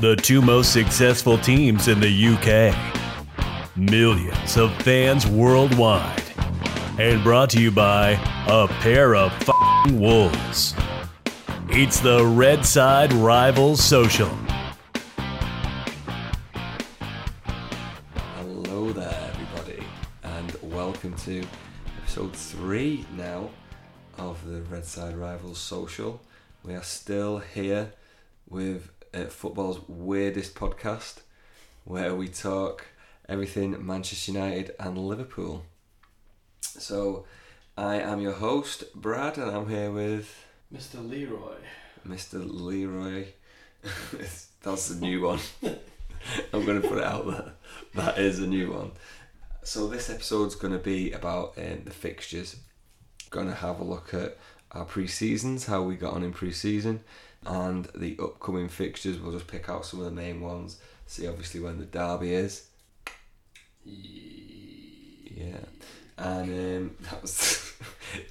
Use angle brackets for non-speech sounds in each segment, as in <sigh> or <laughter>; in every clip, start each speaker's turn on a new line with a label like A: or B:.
A: The two most successful teams in the UK. Millions of fans worldwide. And brought to you by a pair of f***ing wolves. It's the Red Side Rivals Social.
B: Hello there, everybody, and welcome to episode three now of the Red Side Rivals Social. We are still here with uh, football's weirdest podcast, where we talk everything Manchester United and Liverpool. So, I am your host, Brad, and I'm here with
C: Mr. Leroy.
B: Mr. Leroy. <laughs> That's a new one. <laughs> I'm going to put it out there. That is a new one. So this episode's going to be about um, the fixtures. Going to have a look at our pre-seasons, how we got on in pre-season, and the upcoming fixtures. We'll just pick out some of the main ones. See, obviously, when the derby is. Yeah, and um, <laughs> that was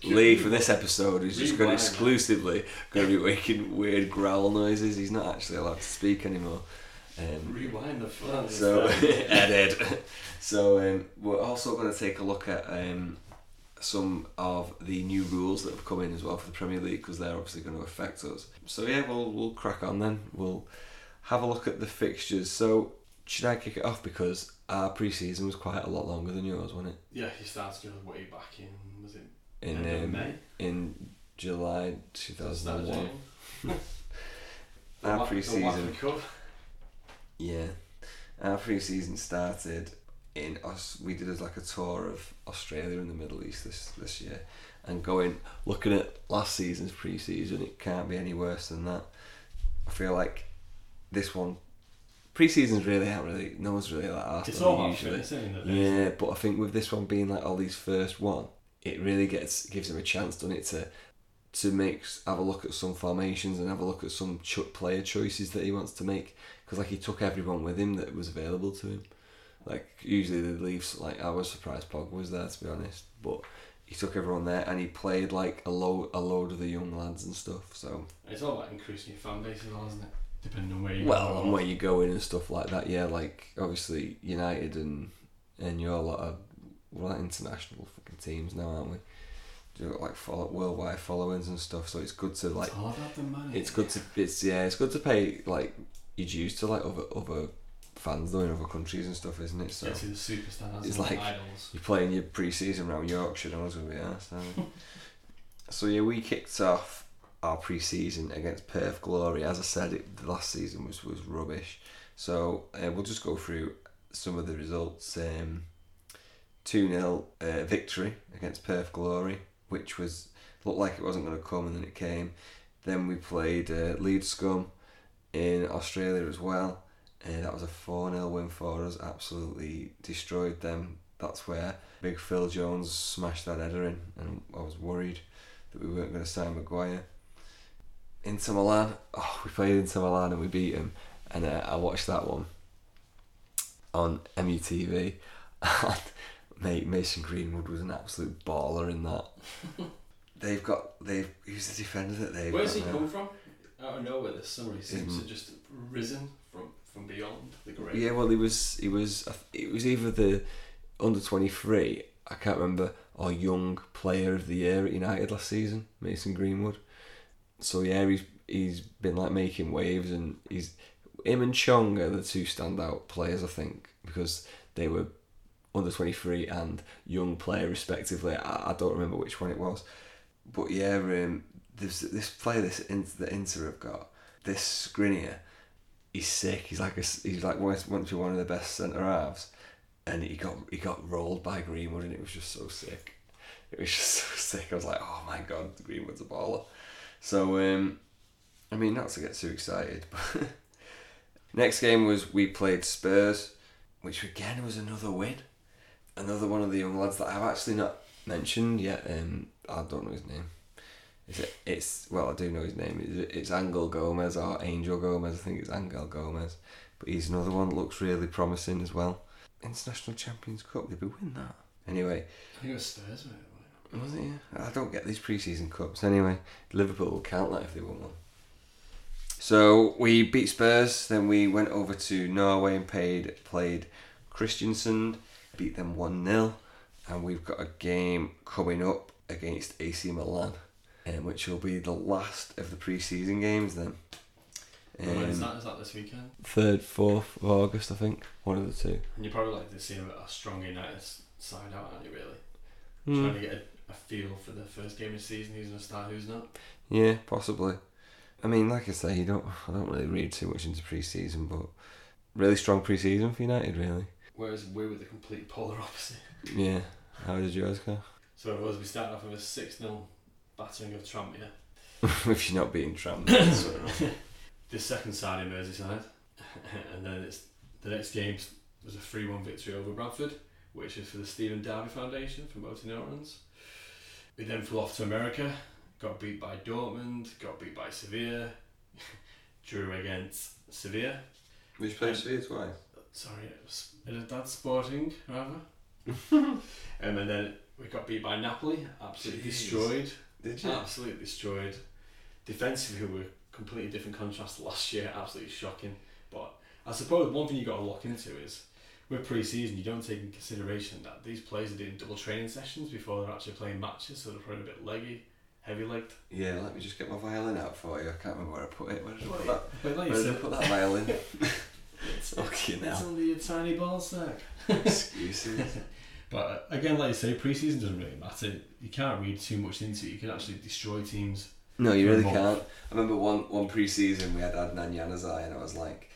B: Lee for this episode. He's just going to
C: Rewind.
B: exclusively going to be making weird growl noises. He's not actually allowed to speak anymore. Um,
C: Rewind the fun.
B: <laughs> so edit. So um, we're also going to take a look at um, some of the new rules that have come in as well for the Premier League because they're obviously going to affect us. So yeah, we'll we'll crack on then. We'll have a look at the fixtures. So should I kick it off because our pre-season was quite a lot longer than yours, wasn't
C: yeah, he started your way back in. Was it
B: it? In
C: end of
B: um,
C: May?
B: in July two
C: Start of
B: thousand
C: <laughs>
B: one.
C: June? The
B: Our
C: Wa- the
B: pre-season
C: Waffle Cup.
B: Yeah, our pre-season started in us. We did as like a tour of Australia and the Middle East this this year, and going looking at last season's pre-season, it can't be any worse than that. I feel like this one pre-season's really out really no one's really like asked
C: It's
B: on it
C: all
B: usually.
C: usually. isn't it?
B: Yeah, but I think with this one being like Ollie's first one, it really gets gives him a chance, doesn't it, to to make have a look at some formations and have a look at some cho- player choices that he wants to make. Because like he took everyone with him that was available to him. Like usually the Leafs, like I was surprised Pogba was there to be honest, but he took everyone there and he played like a load a load of the young lads and stuff. So
C: It's all about increasing your fan base, as well, isn't it? Depending on where you
B: well,
C: go.
B: and where you go in and stuff like that. Yeah, like obviously United and and your lot of we're like international fucking teams now, aren't we? You've got like follow, worldwide followings and stuff. So it's good to like
C: it's all about the money.
B: it's good to it's yeah it's good to pay like your dues to like other other fans though in other countries and stuff, isn't it? So
C: Get to the superstars.
B: It's
C: and
B: like-
C: idols.
B: you're playing your pre-season round Yorkshire, no one's gonna be asked. Are they? so yeah, we kicked off our pre-season against Perth Glory. As I said, it, the last season was was rubbish. So uh, we'll just go through some of the results. Um, 2 0 uh, victory against Perth Glory, which was looked like it wasn't going to come and then it came. Then we played uh, Leeds Scum in Australia as well. Uh, that was a 4 0 win for us, absolutely destroyed them. That's where Big Phil Jones smashed that header in, and I was worried that we weren't going to sign Maguire. Inter Milan, oh, we played Inter Milan and we beat him, and uh, I watched that one on MUTV. <laughs> And mate, Mason Greenwood was an absolute baller in that.
C: <laughs>
B: they've got they've who's the defender that they've
C: Where's
B: got
C: he
B: now?
C: come from? Out of nowhere this summer, he seems
B: Mm.
C: to just risen from, from beyond the grave.
B: Yeah, well, he was he was it was either the under twenty three. I can't remember or young player of the year at United last season, Mason Greenwood. So yeah, he's he's been like making waves, and he's him and Chong are the two standout players I think because they were under twenty three and young player respectively. I, I don't remember which one it was, but yeah, um, this this player this Inter, the Inter have got this Grinier he's sick. He's like a, he's like once once you're one of the best centre halves, and he got he got rolled by Greenwood, and it was just so sick. It was <laughs> just so sick. I was like, oh my god, Greenwood's a baller. So um, I mean, not to get too excited. <laughs> But next game was we played Spurs, which again was another win. Another one of the young lads that I've actually not mentioned yet. Um, I don't know his name. Is it, it's well, I do know his name. It's- It's Angel Gomez or Angel Gomez. I think it's Angel Gomez, but he's another one that looks really promising as well. International Champions Cup, did we win that? Anyway,
C: I think it was Spurs, wasn't it?
B: was it? Yeah? I don't get these preseason cups. Anyway, Liverpool will count that if they won one. So we beat Spurs, then we went over to Norway and paid, played Christiansen, beat them 1 0, and we've got a game coming up against AC Milan, um, which will be the last of the pre season games then.
C: When is
B: Um,
C: that? Is that this weekend?
B: 3rd, 4th of August, I think. One of the two.
C: And you probably like to see a, a strong United s- side out, aren't you? Really
B: Hmm.
C: trying to get a, a feel for the first game of the season. Who's gonna start? Who's not?
B: Yeah, possibly. I mean, like I say, you don't. I don't really read too much into pre-season, but really strong pre-season for United, really.
C: Whereas we were the complete polar <laughs> opposite.
B: Yeah. How did yours go? <laughs>
C: So it was. We started off with a six 0 battering of Trump. Yeah.
B: if you're not beating Trump,
C: <coughs> the second side in Merseyside, <laughs> and then it's the next game was a three-one victory over Bradford, which is for the Stephen Darby Foundation for Motor Neurons. We then flew off to America, got beat by Dortmund, got beat by Sevilla, <laughs> drew against Sevilla.
B: which
C: played
B: Sevilla twice.
C: Sorry, it was it was that Sporting rather. um, and then we got beat by Napoli, absolutely
B: Jeez.
C: destroyed.
B: Did
C: Absolutely destroyed. Defensively, we were completely different contrast to last year. Absolutely shocking. But I suppose one thing you got to look into is with pre-season, you don't take in consideration that these players are doing double training sessions before they're actually playing matches, so they're probably a bit leggy, heavy-legged.
B: Yeah. Let me just get my violin out for you. I can't remember where I put it. Where did I put that?
C: But like
B: Where
C: Oh, you
B: did I
C: said,
B: put
C: <laughs>
B: that violin?
C: it's, <laughs>
B: Fucking
C: it's
B: hell.
C: only a tiny ball sack.
B: Excuses.
C: But uh, again, like you say, pre-season doesn't really matter. You can't read too much into it. You can actually destroy teams.
B: No, you
C: For a
B: really
C: month.
B: can't. I remember one one pre-season we had Adnan Januzaj and I was like,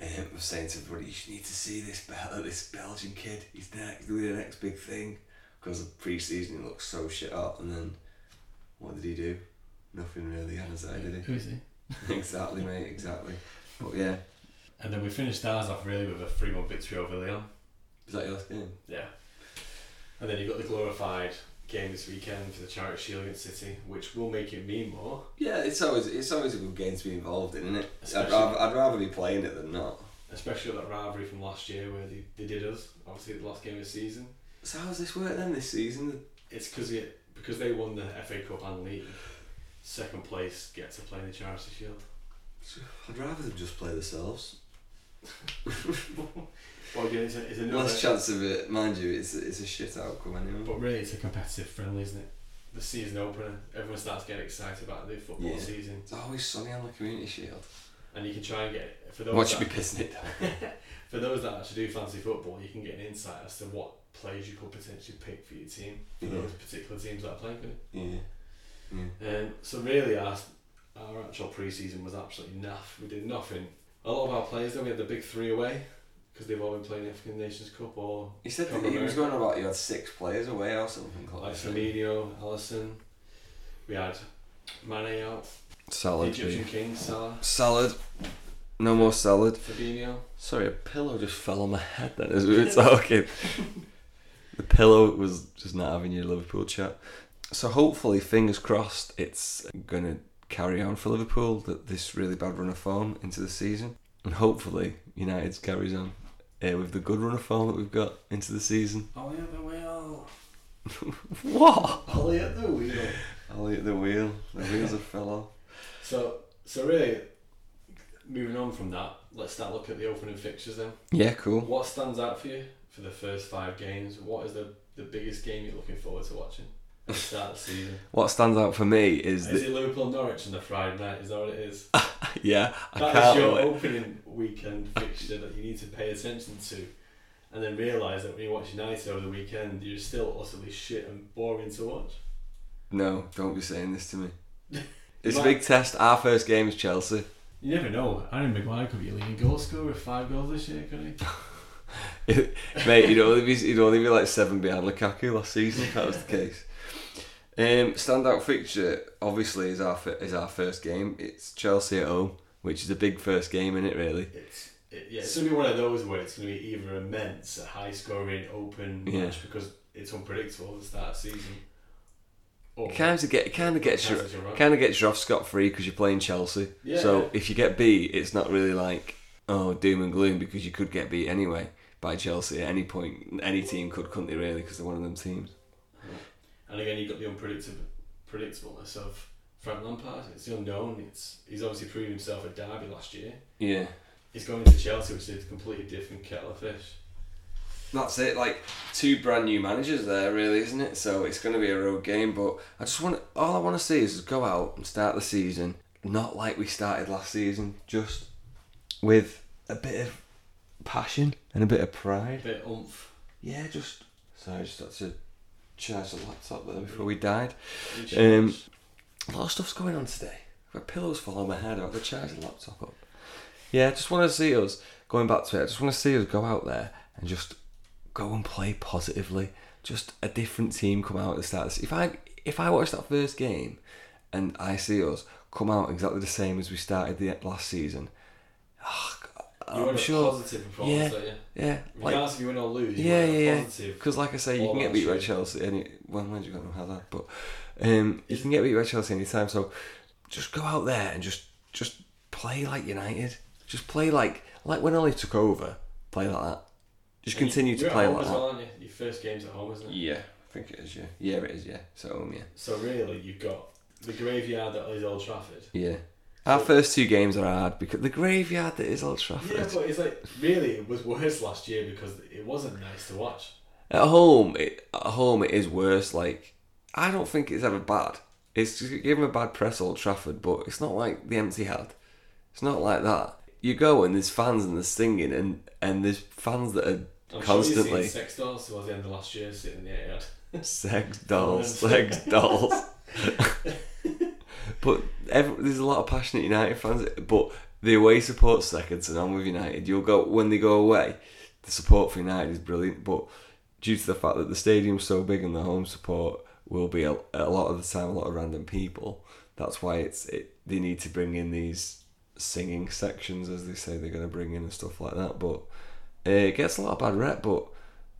B: um, I was saying to everybody, you need to see this Bel- this Belgian kid. He's next, he's gonna be the next big thing. Because pre-season he looked so shit up, and then what did he do? Nothing really, Januzaj did
C: Who is he?
B: he? exactly, mate, exactly. But yeah,
C: And then we finished ours off really with a 3-1 victory over Leon.
B: is that your last game?
C: Yeah. And then you've got the glorified game this weekend for the Charity Shield against City, which will make it mean more.
B: Yeah, it's always it's always a good game to be involved in, isn't it? I'd
C: Especially-
B: rather, I'd rather be playing it than not.
C: Especially that rivalry from last year where they, they did us, obviously the last game of the season.
B: So how's this work then this season?
C: It's cause it, because they won the FA Cup and league, second place get to play in the Charity Shield.
B: I'd rather them just play themselves.
C: Well again it's, a, it's another
B: Less chance of it, mind you. It's it's a shit outcome anyway.
C: but really it's a competitive friendly, isn't it? The season opener, everyone starts getting excited about the football
B: Yeah.
C: season.
B: It's always sunny on the community shield.
C: And you can try and get for those
B: Watch
C: that-
B: you be pissing it down.
C: For those that actually do fancy football, you can get an insight as to what players you could potentially pick for your team, for
B: Yeah.
C: those particular teams that are playing for
B: Yeah. yeah.
C: you. Um, so really, our, our actual pre-season was absolutely naff. We did nothing. A lot of our players, then we had the big three away, because they've all been playing the African Nations Cup, or
B: He said
C: Cover
B: that he was
C: America.
B: going about you had six players away or something.
C: like Firmino, Allison. We had Mane out, the
B: Salad.
C: Egyptian King, Salah,
B: Salad. No more salad.
C: Fabinho.
B: Sorry, a pillow just fell on my head then as we were <laughs> talking. the pillow was just not having your Liverpool chat. So hopefully, fingers crossed, it's going to carry on for Liverpool, that this really bad run of form into the season. And hopefully, United carries on uh, with the good run of form that we've got into the season.
C: Ollie at the wheel.
B: What?
C: Ollie at the <laughs> wheel.
B: Ollie at the wheel. The wheels have fell off.
C: So, so really, moving on from that, let's start looking at the opening fixtures then.
B: Yeah, cool.
C: What stands out for you for the first five games? What is the, the biggest game you're looking forward to watching at the start of the season?
B: What stands out for me is
C: <laughs> Is
B: that,
C: it Liverpool and Norwich on the Friday night? Is that what it is?
B: <laughs> yeah, I
C: That is
B: can't
C: your
B: wait.
C: opening weekend fixture that you need to pay attention to. And then realise that when you watch United over the weekend, you're still utterly shit and boring to watch.
B: No, don't be saying this to me. It's a
C: Right.
B: big test. Our first game is Chelsea.
C: You never know. Aaron Maguire could be a leading goal scorer with five goals this year, could he?
B: Mate, he'd only be he'd only be like seven behind Lukaku last season if that was the case. Um, standout fixture obviously is our fi- is our first game. It's Chelsea at home, which is a big first game in it really.
C: It's it, yeah, it's gonna be one of those where it's gonna be either immense, a high scoring, open
B: Yeah.
C: match because it's unpredictable at the start of the season. Or
B: Kind of get kind of gets you
C: chances you're right.
B: kind of gets you off scot free because you're playing Chelsea.
C: Yeah.
B: So if you get beat, it's not really like oh doom and gloom because you could get beat anyway by Chelsea at any point. Any team could, couldn't they? Really, because they're one of them teams.
C: and again, you've got the unpredictable predictableness of Frank Lampard. It's the unknown. It's he's obviously proved himself at Derby last year.
B: Yeah.
C: He's going into Chelsea, which is a completely different kettle of fish.
B: That's it. Like two brand new managers there, really, isn't it? So it's going to be a road game. But I just want all I want to see is go out and start the season not like we started last season, just with a bit of passion and a bit of
C: A
B: pride.
C: bit oomph.
B: Yeah, just. So I just had to charge the laptop there before we died.
C: Good
B: Um,
C: shots.
B: A lot of stuff's going on today. I've got pillows fall on my head. I've got to charge the laptop up. Yeah, I just want to see us going back to it. I just want to see us go out there and just go and play positively. Just a different team come out at the start. Of the se- If I if I watch that first game and I see us come out exactly the same as we started the last season, ah, God,
C: you
B: I'm
C: want a
B: sure.
C: positive performance,
B: yeah.
C: don't you?
B: Yeah, like
C: Regardless if you win or lose, you
B: yeah,
C: want a
B: yeah, yeah.
C: positive.
B: Because, like I say, you
C: All
B: can get
C: that
B: beat by
C: shit.
B: Chelsea any. Well, mind you, got no Hazard, but um, you can get beat by Chelsea any time. So, just go out there and just just play like United. Just play like like when Ollie took over. Play like that. Just
C: And you-
B: continue to
C: you're at
B: play
C: home
B: like
C: as
B: that.
C: well, aren't you? Your first game's at home, isn't it?
B: Yeah, I think it is. Yeah, yeah, it is. Yeah, so um, yeah,
C: So really, you've got the graveyard that is Old Trafford.
B: yeah. Our first two games are hard because the graveyard that is Old Trafford.
C: Yeah, but it's like really it was worse last year because it wasn't nice to watch.
B: At home, it, at home, it is worse. Like, I don't think it's ever bad. It's just give him a bad press, Old Trafford, but it's not like the empty had. It's not like that. You go and there's fans and there's singing and and there's fans that are
C: I'm Oh, sure you've
B: constantly
C: seen sex dolls towards the end of last year sitting in the yard.
B: sex dolls,
C: <laughs> Oh, that's-
B: sex dolls. but every, there's a lot of passionate United fans. But the away support second to none with United. You'll go when they go away. The support for United is brilliant, but due to the fact that the stadium's so big and the home support will be a, a lot of the time a lot of random people. That's why it's it. They need to bring in these singing sections as they say they're going to bring in and stuff like that. But uh, it gets a lot of bad rep. But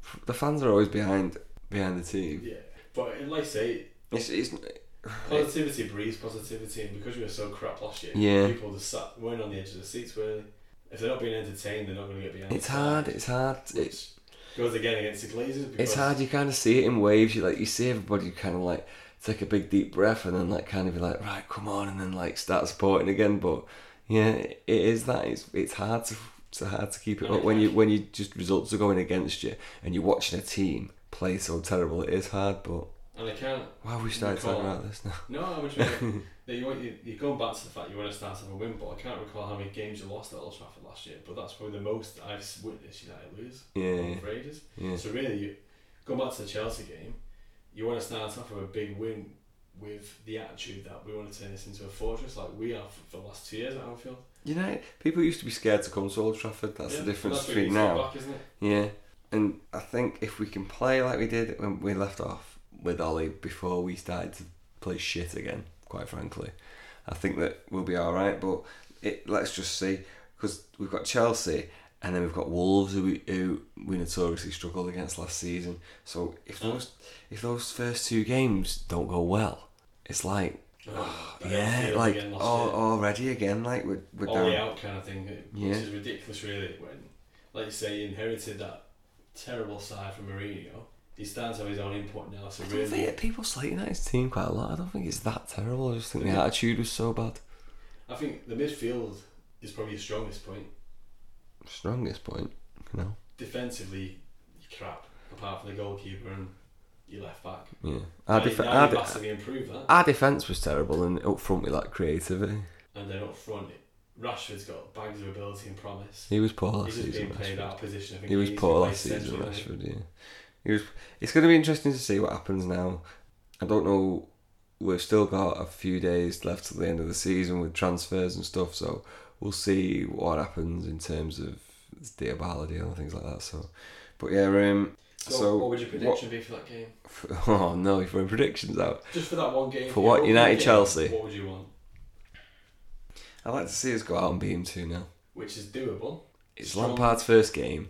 B: f- the fans are always behind behind the team.
C: <laughs> Yeah, but like I say,
B: It's, it's <sighs>
C: positivity breeds positivity, and because we were so crap last year,
B: Yeah.
C: people just sat weren't on the edge of the seats. Really, if they're not being entertained, they're not going to get behind.
B: it's
C: the
B: hard.
C: side.
B: It's hard. It's
C: Which goes again against the Glazers. Because
B: it's hard. You kind of see it in waves. You like you see everybody kind of like take a big deep breath and then like kind of be like right, come on, and then like start supporting again. But yeah, it is that. It's it's hard to it's hard to keep it up when you when you just results are going against you and you're watching a team play so terrible. It is hard. But
C: and I can't.
B: why have we started talking about this now? <laughs>
C: No, I would really, that you want, you, you're going back to the fact you want to start off a win, but I can't recall how many games you lost at Old Trafford last year. But that's probably the most I've witnessed United lose.
B: Yeah,
C: for ages.
B: yeah,
C: So really, you going back to the Chelsea game, you want to start off with a big win with the attitude that we want to turn this into a fortress, like we have for the last two years at Anfield.
B: You know, people used to be scared to come to Old Trafford. That's
C: Yeah,
B: the difference
C: that's what
B: between
C: you step
B: now.
C: back, isn't it?
B: Yeah, and I think if we can play like we did when we left off with Ollie before we started to play shit again, quite frankly, I think that we'll be all right. But it, let's just see because we've got Chelsea and then we've got Wolves who we, who we notoriously struggled against last season. So if
C: Oh.
B: those if those first two games don't go well, it's like
C: Oh, that
B: Ah, yeah,
C: Anfield
B: like oh,
C: again last
B: al-
C: year.
B: already again, like we're, we're
C: all the
B: down.
C: out kind of thing,
B: Yeah.
C: which is ridiculous, really. When, like you say, he inherited that terrible side from Mourinho. He starts to have his own input now, so
B: I don't
C: really,
B: think people slate United's team quite a lot. I don't think it's that terrible. I just think the attitude was so bad.
C: I think the midfield is probably his strongest point.
B: Strongest point, you know.
C: Defensively, you're crap, apart from the goalkeeper and your left back.
B: Yeah, our,
C: Now you-
B: def-
C: now
B: our,
C: you
B: de-
C: massively improve that.
B: our defense was terrible, and up front we lacked creativity.
C: And then up front, Rashford's got bags of ability and promise.
B: He was poor last
C: He's just
B: season.
C: being played
B: Rashford.
C: out of position. I think
B: He was
C: needs to
B: poor
C: play
B: last season,
C: central, doesn't
B: Rashford.
C: he?
B: Yeah, he was. It's going to be interesting to see what happens now. I don't know. We've still got a few days left till the end of the season with transfers and stuff, so we'll see what happens in terms of the Abala deal and things like that. So, but yeah, um,
C: So,
B: So,
C: what would your
B: what-
C: prediction be for that game?
B: <laughs> oh no, if we're in predictions out,
C: Just for that one game.
B: For what,
C: yeah,
B: United,
C: game,
B: Chelsea?
C: What would you want?
B: I'd like to see us go out and beat him two now.
C: Which is doable.
B: It's
C: Strong.
B: Lampard's first game.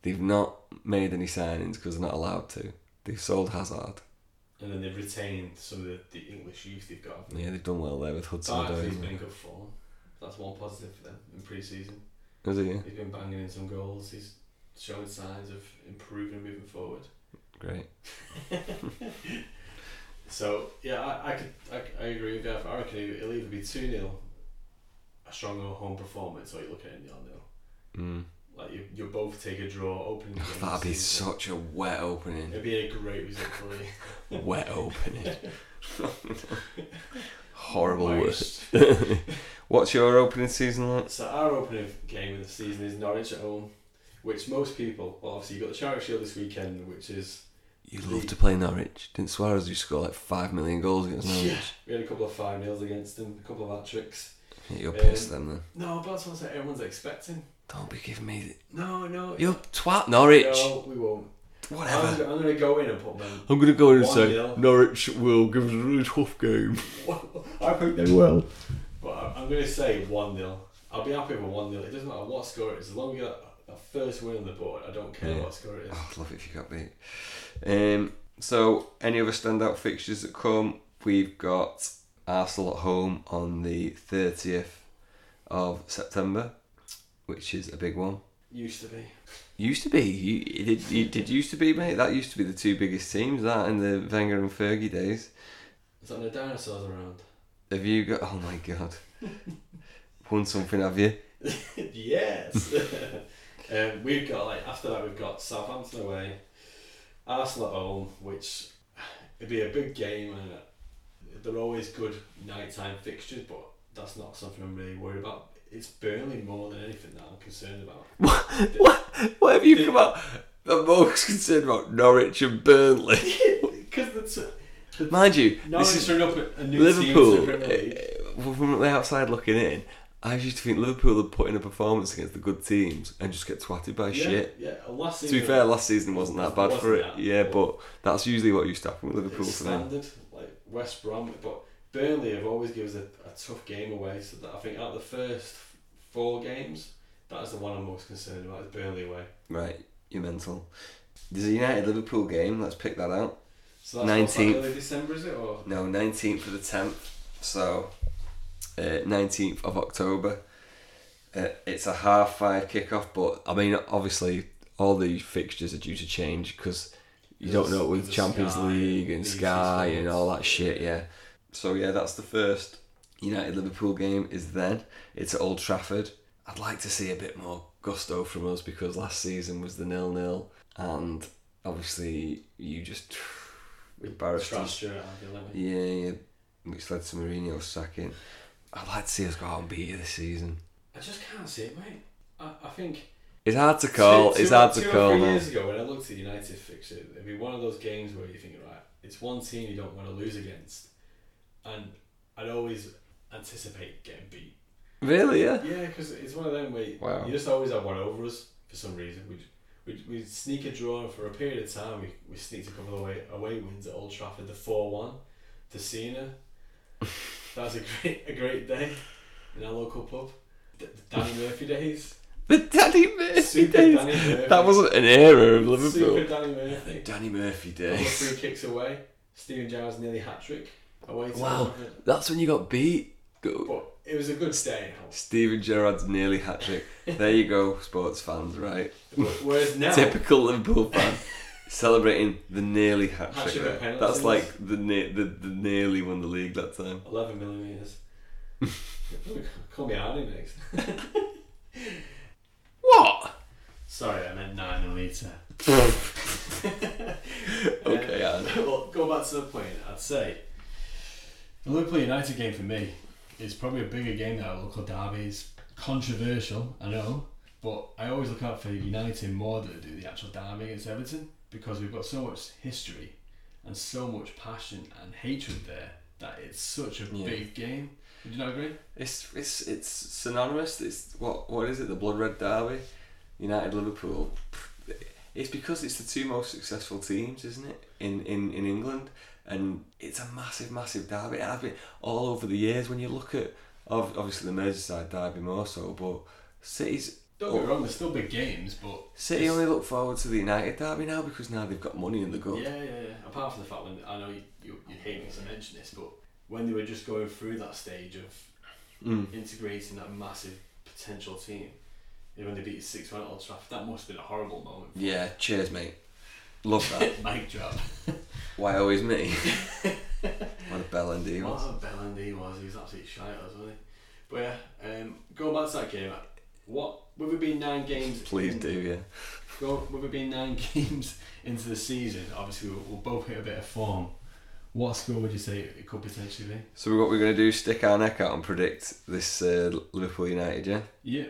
B: They've not made any signings because they're not allowed to. They've sold Hazard.
C: And then they've retained some of the, the English youth they've got.
B: Yeah, they've done well there with Hudson
C: Barkley's
B: Doyle.
C: been in good form. That's one positive for them in pre-season.
B: Is it? Yeah,
C: He's been banging in some goals. He's showing signs of improving moving forward.
B: great.
C: So yeah, I, I could I, I agree with Gav. I reckon it'll either be two 0 a strong home performance, or you're looking at nil nil.
B: Mm.
C: Like you, you both take a draw,
B: <laughs>
C: opening. game of the
B: That'd be
C: season.
B: such a wet opening.
C: It'd be a great result for Lee.
B: wet opening. <laughs> Horrible worst.
C: Worst.
B: What's your opening season like?
C: So our opening game of the season is Norwich at home, which most people well, obviously you have got the Charity Shield this weekend, which is
B: You love to play Norwich. Didn't Suarez just score like five million goals against Norwich?
C: yeah. We had a couple of five nils against them, a couple of hat tricks.
B: Yeah, You're
C: Um,
B: pissed then, then.
C: No, but that's what everyone's expecting.
B: Don't be giving me.
C: No, no,
B: The... You twat Norwich.
C: No, we won't. I'm,
B: Whatever.
C: I'm gonna go in and put them.
B: I'm gonna go in and
C: One
B: say
C: nil.
B: Norwich will give us a really tough game.
C: <laughs> I think they will. But I- I'm going to say 1 0. I'll be happy with 1 0. It doesn't matter what score it is. As long as you got that first win on the board, I don't care
B: Yeah.
C: what score it is.
B: Oh, I'd love it if you got beat. Um, so, any other standout fixtures that come? We've got Arsenal at home on the 30th of September, which is a big one.
C: Used to be.
B: Used to be, you it did, you did used to be, mate. That used to be the two biggest teams, that in the Wenger and Fergie days.
C: Is that no dinosaurs around?
B: Have you got? Oh my god, <laughs> won something, have you? <laughs>
C: yes! <laughs> um, we've got, like, after that, we've got Southampton away, Arsenal at home, which it'd be a big game. and They're always good nighttime fixtures, but that's not something I'm really worried about. It's Burnley more than anything that I'm concerned about.
B: What have you come out? I'm most concerned about Norwich and Burnley.
C: <laughs> Because that's
B: Mind you,
C: Norwich
B: this is
C: turned up a- a new team to
B: Liverpool,
C: the Premier League.
B: uh, uh, from the outside looking in, I used to think Liverpool would put in a performance against the good teams and just get twatted by
C: yeah,
B: shit.
C: Yeah, and last
B: To
C: season,
B: be fair, last season wasn't that bad for it.
C: Wasn't that,
B: yeah,
C: but-
B: but that's usually what used to happen with Liverpool
C: it's
B: for them.
C: standard like West Brom, but Burnley have always given us a, a tough game away. So that I think out of the first four games, that is the one I'm most concerned about is Burnley away.
B: Right, you're mental. There's a United Liverpool game. Let's pick that out.
C: So that's what's that,
B: 19th.
C: early December, is it or
B: No, 19th of the 10th. So, uh, 19th of October. Uh, it's a half five kickoff, but I mean, obviously, all the fixtures are due to change because you don't know it with
C: Because
B: Champions
C: Sky,
B: League and
C: these
B: Sky
C: systems.
B: and all that shit, yeah. So, yeah, that's the first United Liverpool game is then. It's at Old Trafford. I'd like to see a bit more gusto from us because last season was the nil nil, and obviously, you just <sighs> embarrassed us.
C: Strasbourg at the 11th?
B: Yeah, yeah. Which led to Mourinho sacking. I'd like to see us go out and beat you this season.
C: I just can't see it, mate. I, I think
B: It's hard to call.
C: Two-
B: it's
C: two-
B: hard to
C: two or
B: call.
C: Three
B: now.
C: years ago, when I looked at United fixture, it'd be one of those games where you think, right, it's one team you don't want to lose against, and I'd always anticipate getting beat.
B: Really? Yeah.
C: Yeah, because it's one of them where you-
B: Wow.
C: you just always have one over us for some reason. We we we sneak a draw and for a period of time. We we sneaked a couple of away away wins at Old Trafford, the four one, to Cena.
B: <laughs>
C: That was a great a great day in our local pub. D- Danny Murphy days.
B: But Danny Murphy
C: Super
B: days.
C: Danny Murphy.
B: That wasn't an era of
C: Super
B: Liverpool.
C: Danny Murphy.
B: Danny Murphy
C: Couple of
B: days.
C: free kicks away. Steven Gerrard's nearly hat trick away. To
B: Wow.
C: Liverpool.
B: That's when you got beat. Go.
C: But it was a good day. out.
B: Steven Gerrard's nearly hat trick. There you go, sports fans. Right.
C: But Whereas now,
B: Typical Liverpool fan. Celebrating the nearly hat
C: Hat-trick
B: trick.
C: at
B: right?
C: penalties.
B: That's like the, ne- the the nearly won the league that time. <laughs>
C: eleven millimeters. Call me Arnie next. <laughs>
B: What?
C: Sorry, I meant nine millimeter.
B: <laughs> Okay, Anne.
C: well, <laughs> go back to the point. I'd say the Liverpool United game for me is probably a bigger game than our local derby. It's controversial, I know, but I always look out for United more than I do the actual derby against Everton because we've got so much history and so much passion and hatred there that it's such a
B: Yeah.
C: big game. Would you not agree?
B: It's it's it's synonymous. It's what what is it? The blood red derby, United Liverpool. It's because it's the two most successful teams, isn't it? In in in England, and it's a massive massive derby. And I've been all over the years when you look at ob- obviously the Merseyside derby more so, but City's
C: Don't get me wrong, there's still big games, but
B: City only look forward to the United derby now because now they've got money in the
C: Yeah,
B: gut.
C: yeah, yeah. Apart from the fact when I know you, you, you hate me to mention this, but when they were just going through that stage of
B: Mm.
C: integrating that massive potential team, you know, when they beat six one at Old Trafford, that must have been a horrible moment.
B: Yeah, cheers, mate. Love that.
C: Mic drop. <laughs>
B: Why always oh, me? Bellendi was.
C: What a Bellendi was. He was absolutely shy at us, wasn't he? But yeah, um, going back to that game, what would have been nine games?
B: Please
C: in-
B: do, yeah.
C: Go, we've been nine <laughs> games into the season. Obviously, we'll, we'll both hit a bit of form. What score would you say it could potentially be?
B: So what we're going to do? Stick our neck out and predict this uh, Liverpool United. Yeah,
C: Yeah.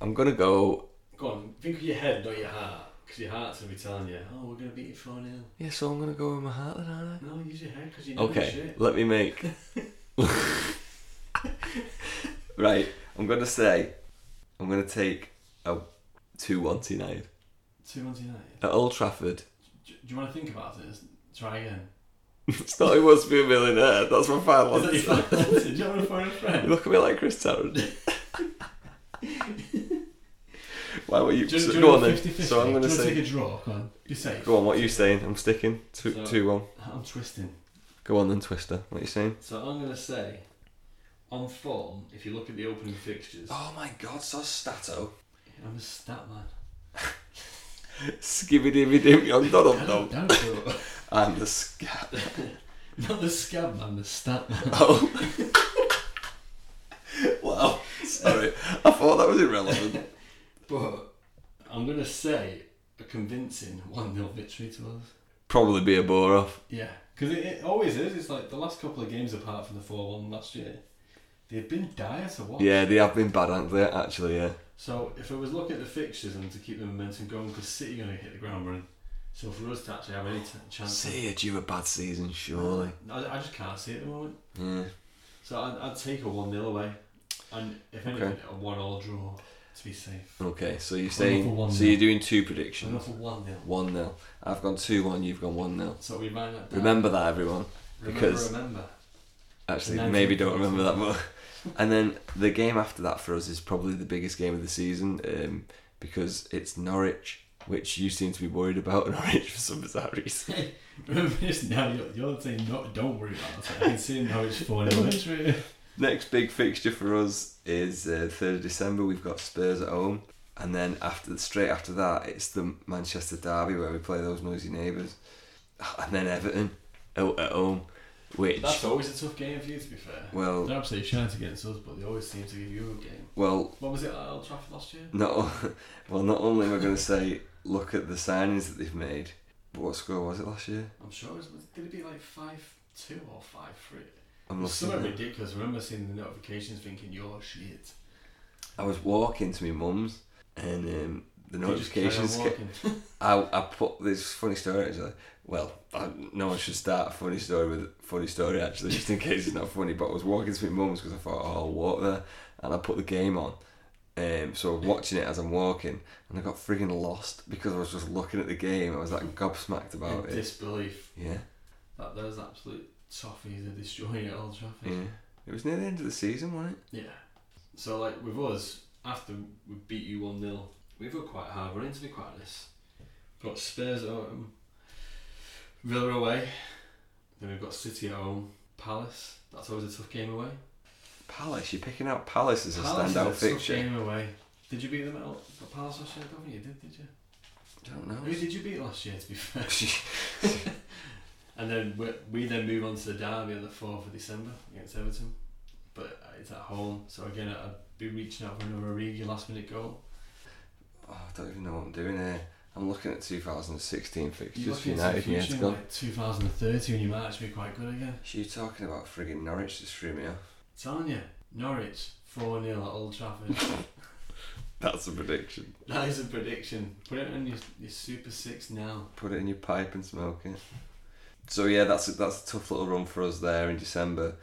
B: I'm going to go.
C: Go on, think of your head, not your heart. Because your heart's going to be telling you, oh, we're going to beat you 4 0.
B: Yeah, so I'm going to go with my heart, then, aren't
C: No, use your head because you
B: I?
C: know the
B: Okay,
C: shit.
B: let me
C: <laughs>
B: make. right, I'm going to say, I'm going to take a two-one United
C: 2 1 United.
B: at Old Trafford. <laughs>
C: Do, do you want to think about it? Let's Try again.
B: it's not who wants to be a millionaire. That's my final
C: Is that your
B: answer. <laughs>
C: fantasy? Do you want to phone a
B: You
C: friend?
B: look at me like Chris Tarrant. Why were you?
C: Do you,
B: so,
C: do you
B: go
C: want
B: on
C: to
B: then.
C: 50 50?
B: So I'm going
C: do
B: to
C: you want
B: say.
C: to take a draw? Go on. Be safe.
B: Go on, what are you saying? I'm sticking. Two,
C: So-
B: two one.
C: I'm twisting.
B: Go on then, Twister. What are you saying?
C: So I'm going to say, on form, if you look at the opening fixtures,
B: Oh my god, so Stato.
C: I'm a stat man.
B: Skibby dibby dim yum dum
C: Don't,
B: dum.
C: <laughs> don't do it.
B: I'm the scat.
C: Not the scab man, the stat man.
B: Oh. wow. <laughs> Sorry. I thought that was irrelevant.
C: But I'm going to say a convincing 1 0 victory to us.
B: Probably be a bore off.
C: Yeah, because it, it always is. It's like the last couple of games apart from the 4 1 last year, they've been dire to watch.
B: Yeah, they have been bad, haven't they? Actually, yeah.
C: So if I was looking at the fixtures and to keep the momentum going, because City are going to hit the ground running. So for us to actually have any t- chance.
B: See, it's you a bad season, surely.
C: I, I just can't see it at the moment.
B: Yeah.
C: So I'd, I'd take a 1 0 away. And if anything,
B: Okay.
C: a 1 all draw to be safe.
B: Okay, so you're
C: for
B: saying.
C: one
B: So
C: nil.
B: you're doing two
C: I'm going
B: predictions.
C: for 1 0.
B: 1 0. I've gone 2 1, you've gone 1 0.
C: So we might not
B: Remember that, everyone.
C: remember,
B: because-
C: remember. <laughs>
B: Actually,
C: Nineteen
B: maybe don't
C: points.
B: remember that much. <laughs> And then the game after that for us is probably the biggest game of the season um, because it's Norwich, which you seem to be worried about <laughs> Norwich for some bizarre reason.
C: Remember this now, you're, you're saying not, don't worry about it. I can see how it's falling
B: <laughs>
C: literally.
B: Next big fixture for us is uh, 3rd of December. We've got Spurs at home, and then after straight after that, it's the Manchester derby where we play those noisy neighbours, and then Everton out at home, which
C: That's always a tough game for you, to be fair.
B: well,
C: They're absolutely shite against us, but they always seem to give you a game. Hmm.
B: well,
C: What was it at Old Trafford last year?
B: Not o- <laughs> well, not only am I going to say look at the signings that they've made, but what score was it last year?
C: I'm sure it was, did it be like 5 2 or 5 3?
B: I'm looking
C: Something
B: at-
C: ridiculous. I remember seeing the notifications thinking, you're shit.
B: I was walking to my mum's, and um, the
C: You just carry on
B: notifications. Ca-
C: walking. <laughs>
B: I I put this funny story actually. Well, I, no one should start a funny story with funny story actually, <laughs> just in case it's not funny. But I was walking to my mum's because I thought oh, I'll walk there, and I put the game on. Um, so I'm watching it as I'm walking, and I got frigging lost because I was just looking at the game. I was like gobsmacked about
C: in
B: it.
C: disbelief.
B: Yeah.
C: That those absolute toffees are destroying it Old Trafford.
B: Yeah. It was near the end of the season, wasn't it?
C: Yeah. So like with us, after we beat you one 0 we've got quite a hard run to be quite honest. We've got Spurs at home, Villa away, then we've got City at home, Palace. That's always a tough game away.
B: Palace, you're picking out Palace as a standout
C: Palace is a tough
B: fixture.
C: game away. Did you beat them at Old- at Palace last year? I don't think you did, did you?
B: don't know. <laughs>
C: Who did you beat last year? To be fair. And then we, we then move on to the derby on the 4th of December against Everton. But uh, it's at home, so again, I'd be reaching out for another Origi last minute goal.
B: oh, I don't even know what I'm doing here. I'm looking at 2016
C: You're
B: fixtures for
C: looking into the
B: United and
C: future in,
B: Gone.
C: like 2030 and you might actually be quite good again.
B: You talking about frigging Norwich just threw me off.
C: Telling you, Norwich 4 0 at Old Trafford. <laughs>
B: That's a prediction.
C: that is a prediction. Put it on your, your Super 6 now.
B: Put it in your pipe and smoke it. So yeah, that's a, that's a tough little run for us there in December,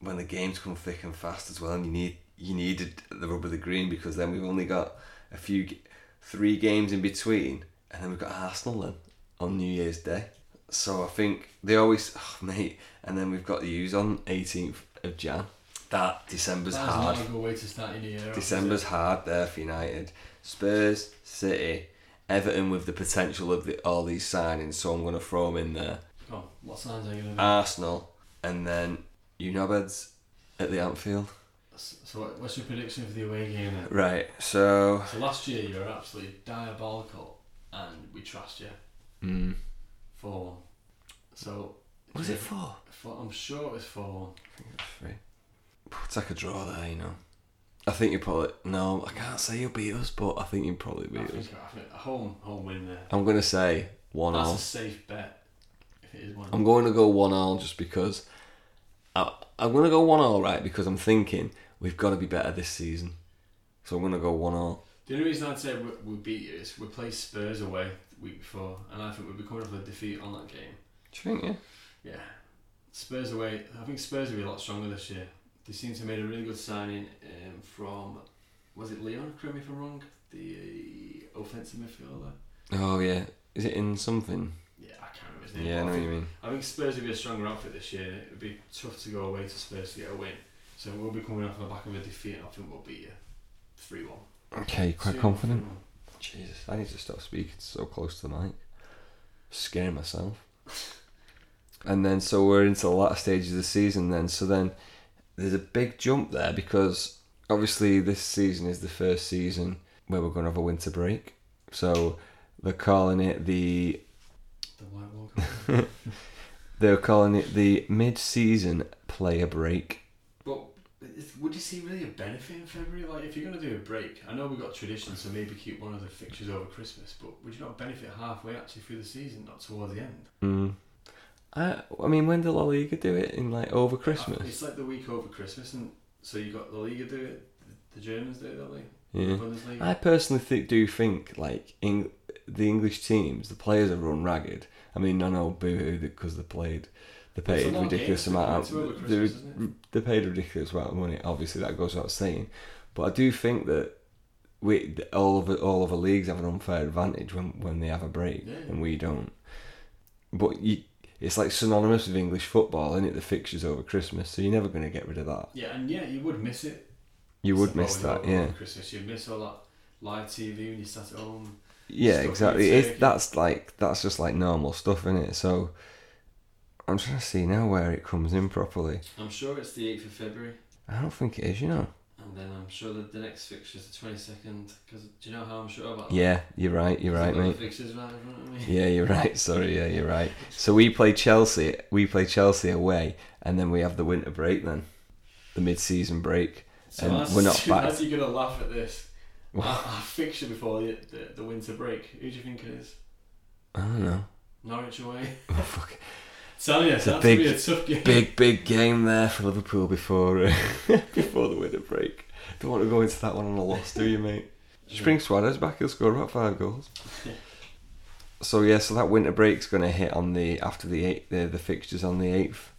B: when the games come thick and fast as well, and you need you needed the rub of the green because then we've only got a few, g- three games in between, and then we've got Arsenal then on New Year's Day. So I think they always, oh, mate, and then we've got the use on 18th of Jan. That December's
C: That's
B: hard.
C: not a good way to start your new year. off, is
B: December's
C: it?
B: hard there for United. Spurs, City, Everton with the potential of the, all these signings, so I'm going to throw them in there.
C: Come on, what signs are you going to
B: Arsenal, and then you knobheads at the Anfield.
C: do? So, what, what's your prediction for the away game then?
B: Right, so
C: So, last year you were absolutely diabolical and we trust you.
B: mm,
C: four. So
B: Was it four?
C: Four, I'm sure it was four.
B: I think it was three. It's like a draw there, you know. I think you probably no. I can't say you'll beat us, but I think you probably
C: I
B: beat us.
C: think, I think a home home win there.
B: I'm gonna say one
C: That's
B: all.
C: a safe bet. If it is one,
B: I'm going to go one all just because. I, I'm going to go one all right because I'm thinking we've got to be better this season. So I'm going to go one all.
C: the only reason I'd say we, we beat you is we played Spurs away the week before, and I think we'd be coming off a defeat on that game.
B: Do you think? Yeah.
C: Yeah, Spurs away. I think Spurs will be a lot stronger this year. They seem to have made a really good signing um, from, was it Leon? Correct me if I'm wrong. The offensive midfielder.
B: Oh yeah. Is it in something?
C: Yeah, I can't remember his name.
B: Yeah, I
C: but
B: know
C: I
B: what
C: think
B: you mean.
C: I think Spurs would be a stronger outfit this year. It would be tough to go away to Spurs to get a win. So we'll be coming off the back of a defeat, and I think we'll beat you three one.
B: Okay, quite confident. Jesus, I need to stop speaking so close to the mic. Scaring myself. and then, so we're into the latter stages of the season. Then, so then, there's a big jump there because obviously this season is the first season where we're going to have a winter break. So they're calling it the
C: The White Walker.
B: they're calling it the mid-season player break.
C: but is, would you see really a benefit in February? Like if you're going to do a break, I know we've got tradition, so maybe keep one of the fixtures over Christmas. But would you not benefit halfway actually through the season, not towards the end?
B: Mm. I I mean, when did La Liga do it in like over Christmas?
C: It's like the week over Christmas, and so you got the Liga do it. The Germans do it, don't they?
B: Yeah.
C: The Bundesliga.
B: I personally th- do think like Eng- the English teams, the players have run ragged. I mean, I know boo-hoo because they played, they
C: It's a
B: paid
C: long
B: ridiculous
C: game,
B: amount.
C: it's over
B: Of,
C: Christmas,
B: they,
C: isn't
B: they paid a ridiculous amount of money. Obviously, that goes without saying. But I do think that we that all of all of the leagues have an unfair advantage when when they have a break
C: Yeah.
B: and we don't. But you, it's like synonymous with English football, isn't it? The fixtures over Christmas, so you're never going to get rid of that.
C: Yeah, and yeah, you would miss it.
B: You would
C: Stuff
B: miss
C: always
B: that,
C: over
B: yeah.
C: Christmas, you miss all that live TV when you sat at home.
B: Yeah,
C: stuff you
B: exactly.
C: take
B: It's
C: in.
B: that's like that's just like normal stuff, isn't it? So I'm trying to see now where it comes in properly.
C: I'm sure it's the 8th of February,
B: I don't think it is, you know.
C: and then I'm sure that the next fixture is the 22nd. Because do you know how I'm sure about that?
B: Yeah, you're right. You're
C: 'Cause
B: right,
C: I've got the
B: mate.
C: Fixtures right in front of me.
B: Yeah, you're right. <laughs> Sorry, yeah, you're right. So we play Chelsea. We play Chelsea away, and then we have the winter break. Then the mid-season break.
C: So
B: And
C: as,
B: we're not back.
C: As you're gonna laugh at
B: <laughs>
C: this, our, our fixture before the, the the winter break. Who do you think it is?
B: I don't know.
C: Norwich away.
B: Oh,
C: <laughs>
B: Fuck.
C: Telling you,
B: a
C: that's
B: big-
C: gonna be a tough game.
B: Big, big game there for Liverpool before <laughs> uh, before the winter break. Don't want to go into that one on a loss, do you, mate? Just <laughs> bring Suarez back. He'll score about five goals. so yeah, so that winter break's going to hit on the after the eight the, the fixtures on the eighth.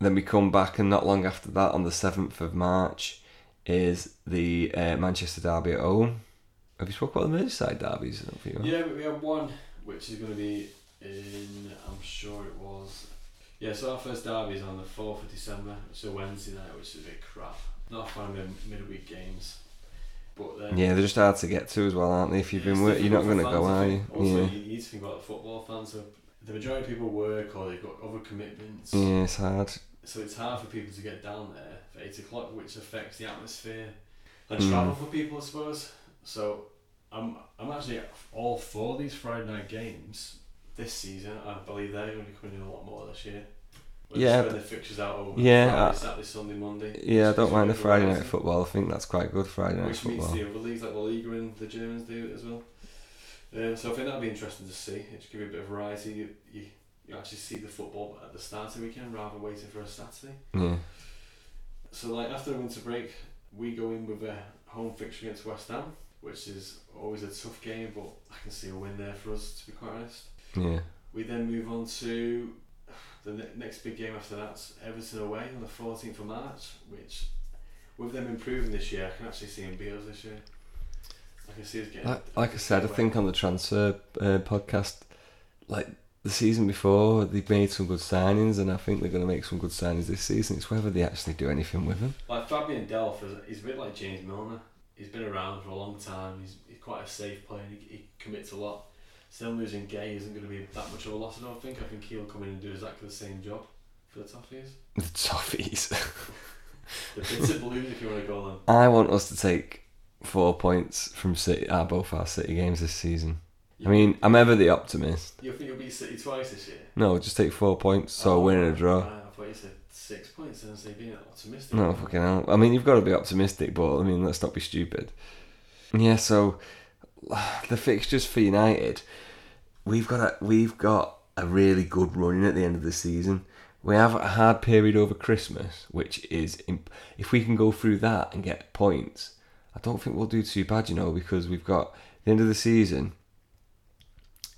B: Then we come back, and not long after that, on the seventh of March, is the uh, Manchester derby at home. Have you spoke about the Merseyside derbies? I don't think you have.
C: Yeah, but we had one which is going to be in, I'm sure it was. Yeah, so our first derby is on the 4th of December, so Wednesday night, which is a bit crap. Not a fan of mid- midweek games. But then.
B: Yeah, they're just hard to get to as well, aren't they? If you've been,
C: It's
B: wor- you're not
C: difficult
B: going to
C: for
B: go, are you?
C: fans, I think. Also,
B: Yeah,
C: you need to think about the football fans. So the majority of people work or they've got other commitments.
B: yeah, it's hard.
C: So it's hard for people to get down there for eight o'clock, which affects the atmosphere and
B: Mm.
C: travel for people, I suppose. So I'm I'm actually all for these Friday night games this season. I believe they're going to be coming in a lot more this year. We'll
B: Yeah,
C: spread the fixtures out over
B: yeah,
C: Friday,
B: I-
C: Saturday, Sunday, Monday.
B: Yeah, I
C: So
B: don't
C: it's
B: mind the
C: really
B: Friday night
C: relaxing.
B: football. I think that's quite good Friday night
C: Which meets
B: football.
C: the other leagues like the Liga and the Germans do it as well. Um, so I think that'd be interesting to see. It should give you a bit of variety. You, you, you actually see the football at the start of the weekend rather than waiting for a Saturday.
B: Yeah,
C: So like after the winter break, we go in with a home fixture against West Ham, which is always a tough game, but I can see a win there for us to be quite honest.
B: yeah.
C: We then move on to the ne- next big game after that's Everton away on the 14th of March, which with them improving this year, I can actually see them beat us this year. I can see us getting
B: Like, like I said, I think on the transfer uh, podcast, like the season before, they've made some good signings, and I think they're going to make some good signings this season. It's whether they actually do anything with them. <laughs>
C: like Fabian Delph is he's a bit like James Milner. He's been around for a long time. He's, he's quite a safe player. and He, he commits a lot. Still losing Gay isn't going to be that much of a loss. I don't think. I think he'll come in and do exactly the same job for the Toffees.
B: The <laughs> Toffees. <laughs>
C: The bitter blues, if you want to call them.
B: I want us to take four points from City, uh, both our City games this season. I mean, I'm ever the optimist.
C: You think you'll beat City twice this year?
B: No, just take four points, so
C: Oh,
B: a win and a draw.
C: Wow, I thought you said six points, and I say being optimistic.
B: No, fucking hell. I mean, you've got to be optimistic, but I mean, let's not be stupid. Yeah, so <sighs> the fixtures for United, we've got a, we've got a really good running at the end of the season. We have a hard period over Christmas, which is imp- if we can go through that and get points, I don't think we'll do too bad, you know, because we've got the end of the season.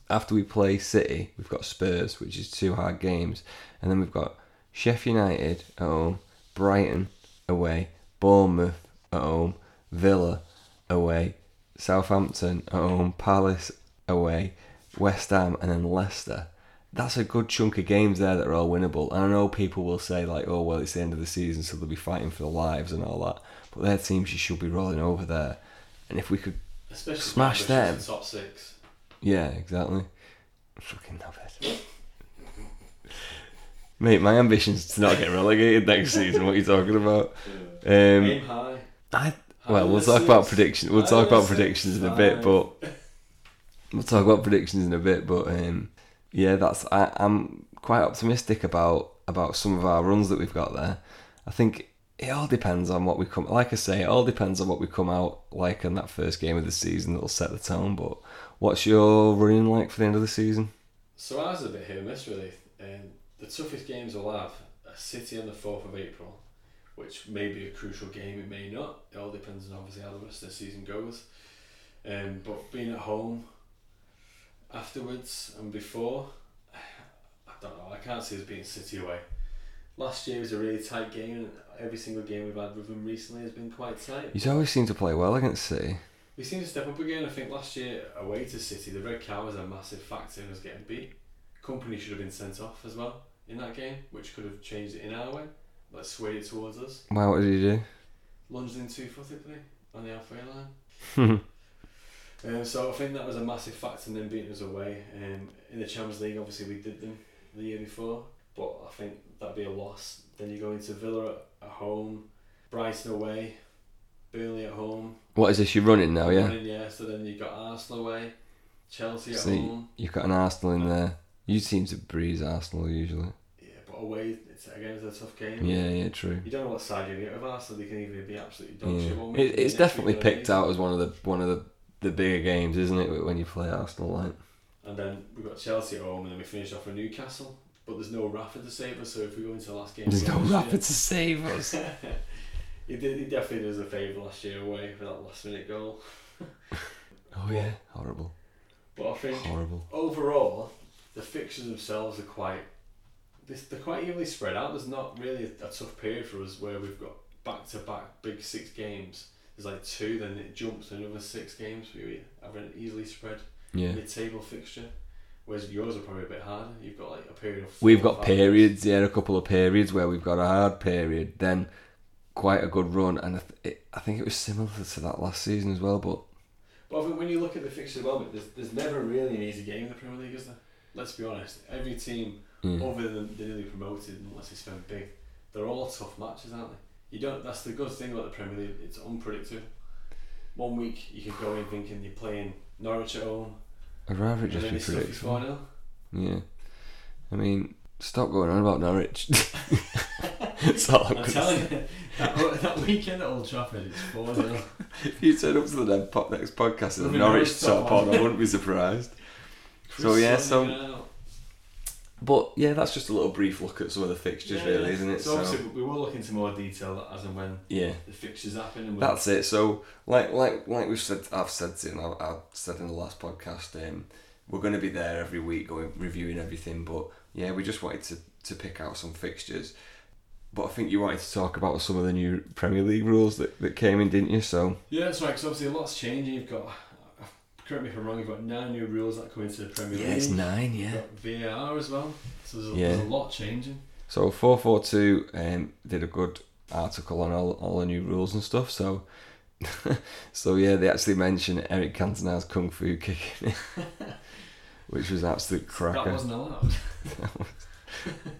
B: After we play City, we've got Spurs, which is two hard games, and then we've got Sheffield United at home, Brighton away, Bournemouth at home, Villa away, Southampton at home, Palace away, West Ham, and then Leicester. That's a good chunk of games there that are all winnable. And I know people will say, like, oh, well, it's the end of the season, so they'll be fighting for their lives and all that. But their teams you should be rolling over there. And if we could,
C: Especially if
B: Smash
C: you're pushing
B: them.
C: the Top six.
B: yeah, exactly. Fucking love it. Mate, my ambition's to not get relegated next season. What are you talking about? Um,
C: Aim high.
B: I
C: High
B: well, we'll
C: list
B: talk about
C: six.
B: predictions. We'll
C: High
B: talk about
C: list
B: predictions in
C: six,
B: a bit,
C: five.
B: but we'll talk about predictions in a bit. But um, yeah, that's I, I'm quite optimistic about about some of our runs that we've got there. I think it all depends on what we come. Like I say, it all depends on what we come out like in that first game of the season that'll set the tone. But what's your running like for the end of the season?
C: So ours is a bit hit and miss really. Um, the toughest games we'll have are City on the fourth of April, which may be a crucial game. It may not. It all depends on obviously how the rest of the season goes. Um, but being at home afterwards and before, I don't know. I can't see us being City away. Last year was a really tight game, and every single game we've had with them recently has been quite tight.
B: You always seem to play well against City.
C: We seem to step up again. I think last year away to City, the red card was a massive factor in us getting beat. Company should have been sent off as well in that game, which could have changed it in our way, like swayed it towards us.
B: Why? What did you
C: Lunged in two footedly on the halfway line.
B: do?
C: Um, so I think that was a massive factor in them beating us away. Um, in the Champions League, obviously we did them the year before, but I think that'd be a loss. Then you go into Villa at, at home, Brighton away, Burnley at home.
B: what is this? You're running now, yeah.
C: Running, yeah. So then you got Arsenal away, Chelsea at
B: So
C: home.
B: you, you've got an Arsenal in there. You seem to breeze Arsenal usually.
C: Yeah, but away it's again it's a tough game.
B: Yeah, yeah, true.
C: You don't know what side you're gonna get with Arsenal. They can either be absolutely dog
B: Yeah.
C: shit. or make
B: It,
C: the
B: it's
C: next
B: definitely
C: week they're
B: picked
C: amazing.
B: out as one of the one of the, the bigger games, isn't it? When you play Arsenal, like
C: And then we've got Chelsea at home, and then we finish off with Newcastle. But there's no Rafa to save us, so if we go into the last game,
B: there's no
C: against
B: rapper to save us.
C: Sheffield- he did. He definitely does a favour last year away for that last minute goal.
B: Oh yeah, horrible,
C: But I think
B: horrible.
C: overall, the fixtures themselves are quite they're they're quite evenly spread out. There's not really a, a tough period for us where we've got back to back big six games. There's like two, then it jumps to another six games. We have an easily spread
B: Yeah,
C: mid table fixture. Whereas yours are probably a bit harder. You've got like a period of. four
B: we've
C: or
B: got
C: five
B: periods. Yeah, a couple of periods where we've got a hard period, then quite a good run, and I, th- it, I think it was similar to that last season as well. But
C: Well, I think when you look at the fixture development, there's, there's never really an easy game in the Premier League, is there? Let's be honest. Every team,
B: Mm.
C: other than the newly promoted, unless they spend big, they're all tough matches, aren't they? You don't. That's the good thing about the Premier League. It's unpredictable. One week you could go in thinking you're playing Norwich at home,
B: I'd rather it
C: and
B: just
C: then
B: be
C: it's stuff you
B: predictable.
C: four 0
B: Yeah, I mean, stop going on about Norwich. <laughs> That's
C: <laughs>
B: all I'm
C: I'm
B: gonna
C: telling you, that, that weekend at Old Trafford, it's
B: <laughs>
C: four 0
B: If you turn up to the next po- next podcast
C: We'll
B: in
C: be
B: the
C: Norwich
B: Norwich top
C: top.
B: on, I wouldn't be surprised. So, yeah, so- But yeah, that's just a little brief look at some of the fixtures, really, isn't it?
C: So,
B: So,
C: obviously we will look into more detail as and when
B: yeah,
C: the fixtures happen, and we'll
B: that's it. So, like, like, like we've said, I've said to you, and I, I said in the last podcast, um, we're going to be there every week, going reviewing everything. But yeah, we just wanted to to pick out some fixtures. But I think you wanted to talk about some of the new Premier League rules that, that came in, didn't you? So
C: Yeah, that's right. Because obviously a lot's changing. You've got correct me if I'm wrong. You've got nine new rules that come into the Premier League.
B: nine,
C: You've got VAR as well. So there's a,
B: Yeah.
C: there's a lot changing.
B: So four four two um, did a good article on all, all the new rules and stuff. So <laughs> so yeah, they actually mentioned Eric Cantona's kung fu kicking, <laughs> which was absolute
C: That
B: cracker.
C: wasn't allowed.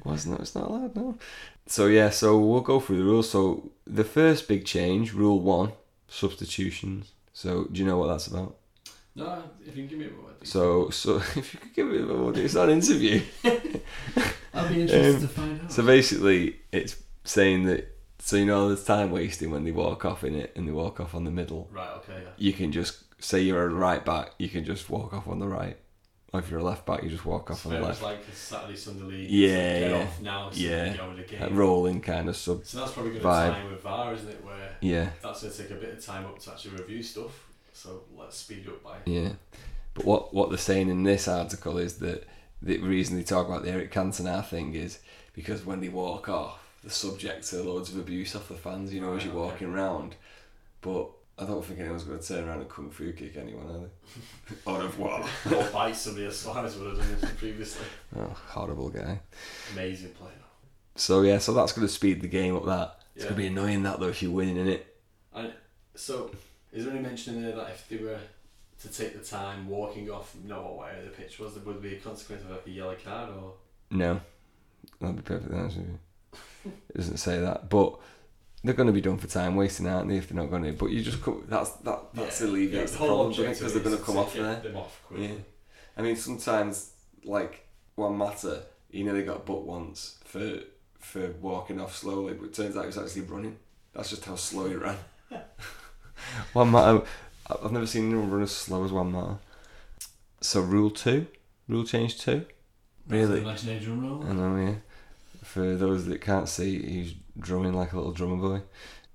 B: Wasn't it? It's not allowed, no. So yeah, so we'll go through the rules. So the first big change, rule one, substitutions. So do you know what that's about?
C: No, if you can give me a bit more
B: So,
C: detail.
B: so <laughs> if you could give me a bit more, it's not an interview.
C: I'll be interested
B: Um,
C: to find out.
B: So basically, it's saying that. So you know, there's time wasting when they walk off in it, and they walk off on the middle.
C: right, okay, yeah.
B: You can just say you're a right back. You can just walk off on the right. Or if you're a left back, you just walk off
C: So
B: on the
C: it
B: left.
C: was like a Saturday, Sunday league.
B: Yeah,
C: Get
B: yeah.
C: off now, so
B: Yeah.
C: yeah. go with the game.
B: That rolling kind of sub.
C: So that's probably going to
B: vibe.
C: time with VAR, isn't it? Where
B: Yeah,
C: that's going to take a bit of time up to actually review stuff. So let's speed up by.
B: yeah. But what what they're saying in this article is that the reason they talk about the Eric Cantona thing is because when they walk off, they're subject to loads of abuse off the fans. You know, as you're
C: Right, okay.
B: walking round. But I don't think anyone's going to turn around and kung fu kick anyone, are
C: <laughs>
B: they? or have what?
C: or by somebody as Suarez would have done this previously.
B: Oh, horrible guy.
C: Amazing player.
B: So yeah, so that's going to speed the game up. That it's
C: Yeah.
B: going to be annoying that though if you're winning in it.
C: And so, is there any mention in there that if they were to take the time walking off, no where the pitch was, there would be a consequence of like a yellow card or
B: No, I'll be perfectly honest with you. It doesn't say that, but they're going to be done for time wasting, aren't they? If they're not going to, but you just co- that's that that's alleviates the problem because they're going to come off
C: get
B: there.
C: Them off quickly.
B: Yeah, I mean sometimes like one matter, he nearly got butt once for for walking off slowly, but it turns out he was actually running. That's just how slow he ran. <laughs> one matter, I- I've never seen anyone run as slow as one matter. So rule two, rule change two, really.
C: Imaginary drum roll.
B: I know, yeah. For those that can't see, he's drumming like a little drummer boy.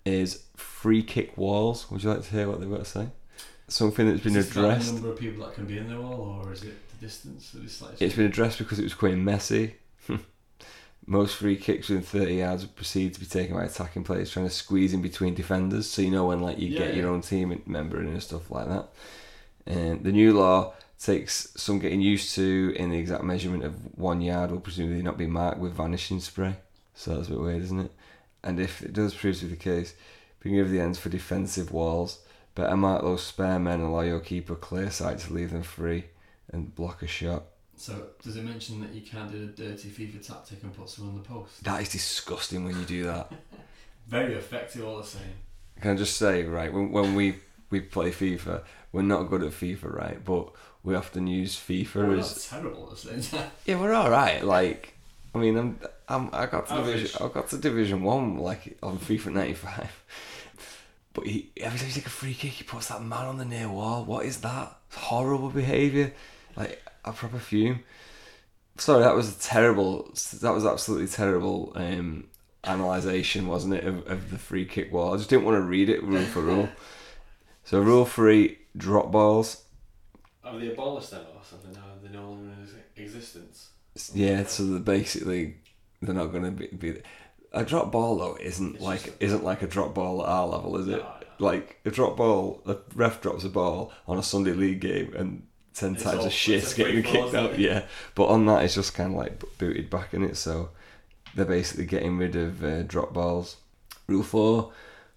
B: Is free kick walls. Would you like to hear what they've got to say? Something that's been
C: Is it the
B: addressed.
C: number of people that can be in the wall, or is it the distance that it's like?
B: It's been addressed because it was quite messy. <laughs> Most free kicks within 30 yards proceed to be taken by attacking players trying to squeeze in between defenders. So you know when like you
C: Yeah,
B: get your
C: yeah.
B: own team member in and stuff like that. And the new law takes some getting used to in the exact measurement of one yard will presumably not be marked with vanishing spray. So that's a bit weird, isn't it? And if it does prove to be the case, being over the ends for defensive walls, better mark those spare men and allow your keeper clear sight to leave them free and block a shot.
C: So does it mention that you can't do the dirty FIFA tactic and put someone on the post?
B: That is disgusting when you do that.
C: Very effective, all the same.
B: Can I just say, right, when, when we, we play FIFA, we're not good at FIFA, right? But we often use
C: Well,
B: FIFA as.
C: that's terrible at the same time.
B: Yeah, we're all right. Like, I mean, I'm, I'm, I got to
C: Average.
B: division, I got to Division One, like on FIFA '95. <laughs> But he, every time you take a free kick, he puts that man on the near wall. What is that? It's horrible behaviour. Like, I proper fume. Sorry, that was a terrible. That was absolutely terrible. Um, analysation, wasn't it, of, of the free kick wall? I just didn't want to read it rule for rule. So rule three: drop balls.
C: Have they abolished them or something? Now they no longer in existence.
B: Yeah, so they're basically they're not going to be, be a drop ball though isn't
C: It's
B: like
C: just-
B: isn't like a drop ball at our level, is it?
C: No,
B: Like a drop ball, a ref drops a ball on a Sunday league game and ten
C: It's
B: times
C: awful.
B: of shit's
C: It's a free
B: getting
C: ball,
B: kicked
C: isn't
B: out.
C: it?
B: Yeah, but on that it's just kind of like bo- booted back in it. So they're basically getting rid of uh, drop balls. Rule four: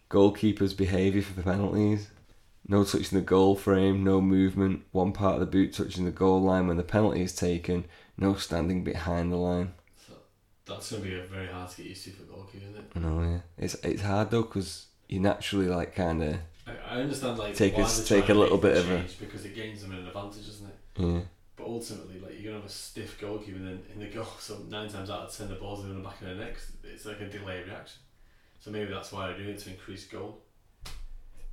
B: goalkeepers' behaviour for the penalties. No touching the goal frame, no movement, one part of the boot touching the goal line when the penalty is taken, no standing behind the line.
C: So that's going to be a very hard to get used to for goalkeepers, isn't it?
B: I know, yeah. It's it's hard though because you naturally like kind of
C: I, I understand like
B: Take
C: why
B: us-
C: they're
B: take
C: trying
B: a little
C: to make the
B: bit of a-
C: change because it gains them an advantage, doesn't it?
B: yeah.
C: But ultimately, like you're gonna have a stiff goalkeeper in, in the goal, <laughs> so nine times out of ten the ball's in the back of the net. 'cause It's like a delayed reaction. So maybe that's why they're doing it to increase goal.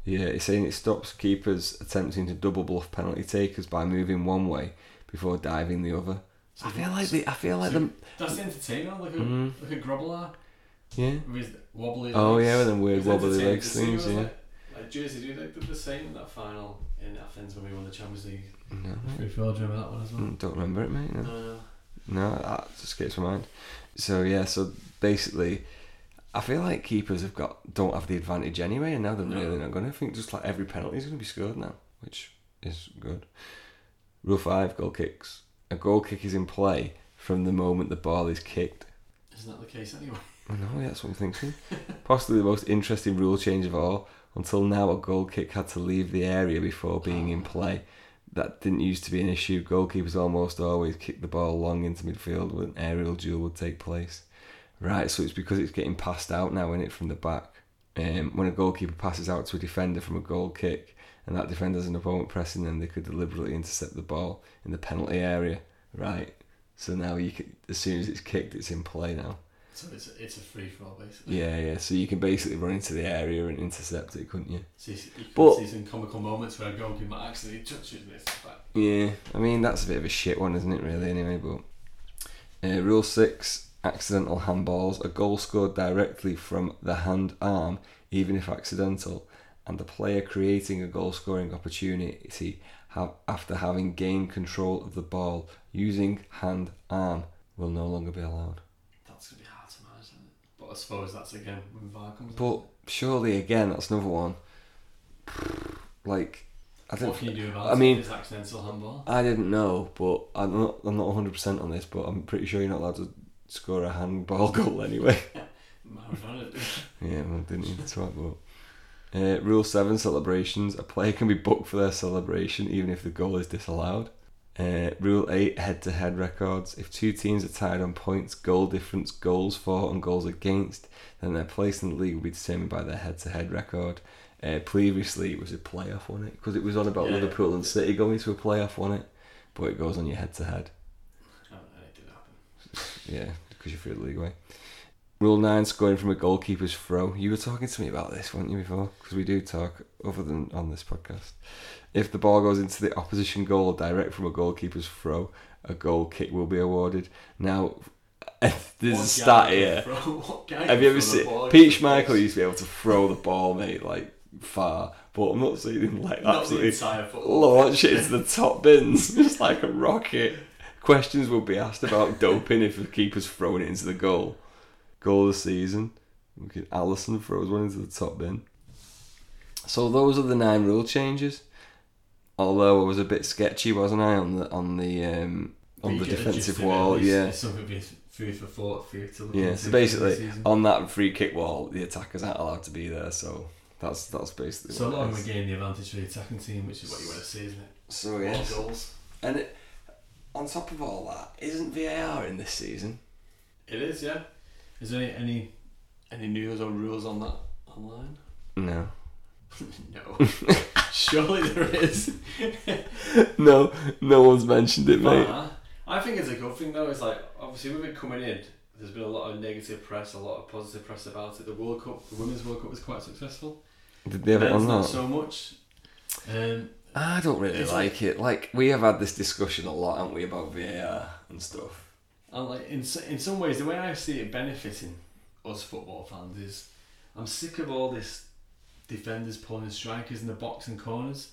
B: Yeah, it's saying it stops keepers attempting to double bluff penalty takers by moving one way before diving the other.
C: So
B: I feel like the I feel like
C: so-
B: them.
C: that's entertaining. Like a
B: Mm.
C: like a grobbler
B: Yeah.
C: with wobbly.
B: Oh
C: legs.
B: yeah, with them weird
C: It's
B: wobbly
C: entertaining
B: legs
C: to see,
B: things.
C: wasn't
B: Yeah.
C: it? Like Jersey, do they did the same in that final in Athens when we won the Champions League?
B: No.
C: Free fall, do you remember that one as well?
B: Mm, Don't remember it, mate. No.
C: No,
B: No, that just escapes my mind. So yeah, so basically, I feel like keepers have got don't have the advantage anyway, and now they're
C: No.
B: really not going to. I think just like every penalty is going to be scored now, which is good. Rule five: goal kicks. A goal kick is in play from the moment the ball is kicked.
C: isn't that the case anyway?
B: I know that's what I'm thinking. <laughs> Possibly the most interesting rule change of all. Until now, a goal kick had to leave the area before being in play. That didn't used to be an issue. Goalkeepers almost always kicked the ball long into midfield when an aerial duel would take place. Right, so it's because it's getting passed out now, isn't it, from the back? Um, when a goalkeeper passes out to a defender from a goal kick, and that defender's an opponent pressing them, they could deliberately intercept the ball in the penalty area. Right. So now you can, as soon as it's kicked, it's in play now.
C: So it's a, it's a free for all basically.
B: Yeah, yeah. So you can basically run into the area and intercept it, couldn't you?
C: So you, s- you can
B: But-
C: see some comical moments where a goalkeeper accidentally touches and it's like,
B: Yeah, I mean that's a bit of a shit one, isn't it? Really, anyway. But uh, rule six: accidental handballs. A goal scored directly from the hand arm, even if accidental, and the player creating a goal-scoring opportunity ha- after having gained control of the ball using hand arm will no longer be allowed.
C: that's going to be hard to manage, isn't it? But I suppose that's again when VAR comes in.
B: But surely, again, that's another one. Like, I
C: What
B: don't.
C: can you do about
B: I
C: it?
B: mean,
C: It's accidental handball.
B: I didn't know, but I'm not. I'm not 100 percent on this, but I'm pretty sure you're not allowed to score a handball <laughs> goal anyway.
C: Maradona. <laughs>
B: yeah, well, didn't even talk about. Uh, rule seven: celebrations. A player can be booked for their celebration even if the goal is disallowed. Uh, rule eight: head-to-head records. If two teams are tied on points, goal difference, goals for, and goals against, then their place in the league will be determined by their head-to-head record. Uh, previously, it was a playoff, wasn't it? Because it was on about
C: Yeah.
B: Liverpool and City going to a playoff, wasn't it? But it goes on your head-to-head.
C: I don't know, it did happen.
B: Yeah, because you're through the league away. Rule nine: scoring from a goalkeeper's throw. You were talking to me about this, weren't you, before? Because we do talk, other than on this podcast. If the ball goes into the opposition goal direct from a goalkeeper's throw, a goal kick will be awarded. Now, <laughs> there's a
C: What
B: stat
C: guy
B: here.
C: can throw- <laughs> what guy
B: Have
C: can
B: you ever
C: throw the ball
B: seen
C: in
B: Peach
C: the
B: Michael
C: box?
B: used to be able to throw the ball, mate, like far? But I'm not seeing him like
C: Not the
B: absolutely
C: entire football.
B: launch it into the top bins, <laughs> just like a rocket. Questions will be asked about doping if the keeper's throwing it into the goal. Goal of the season. Look at Allison throws one into the top bin. So those are the nine rule changes. Although I was a bit sketchy, wasn't I, on the on the um, on
C: You
B: the
C: get a gist
B: defensive
C: of it,
B: wall?
C: at least.
B: Yeah,
C: It's Something be food for thought for you to look
B: yeah.
C: into
B: So
C: for the
B: basically,
C: season.
B: on that free kick wall, the attackers aren't allowed to be there. So that's that's basically.
C: So
B: what it
C: allowing
B: is.
C: the gain the advantage for the attacking team, which is what you want to see, isn't it?
B: So
C: More
B: yes.
C: goals.
B: And it, on top of all that, isn't VAR in this season?
C: It is, yeah. Is there any any, any news or rules on that online?
B: No.
C: <laughs> no. <laughs> Surely there is.
B: No, no one's mentioned it, mate.
C: But I think it's a good thing though. It's like obviously we've been coming in. There's been a lot of negative press, a lot of positive press about it. The World Cup, the Women's World Cup, was quite successful.
B: Did they have it
C: Men's
B: on
C: not
B: that?
C: so much. Um,
B: I don't really
C: It's
B: like it. Like, we have had this discussion a lot, haven't we, about VAR and stuff.
C: And like in s- in some ways, the way I see it benefiting us football fans is, I'm sick of all this defenders pulling strikers in the box and corners,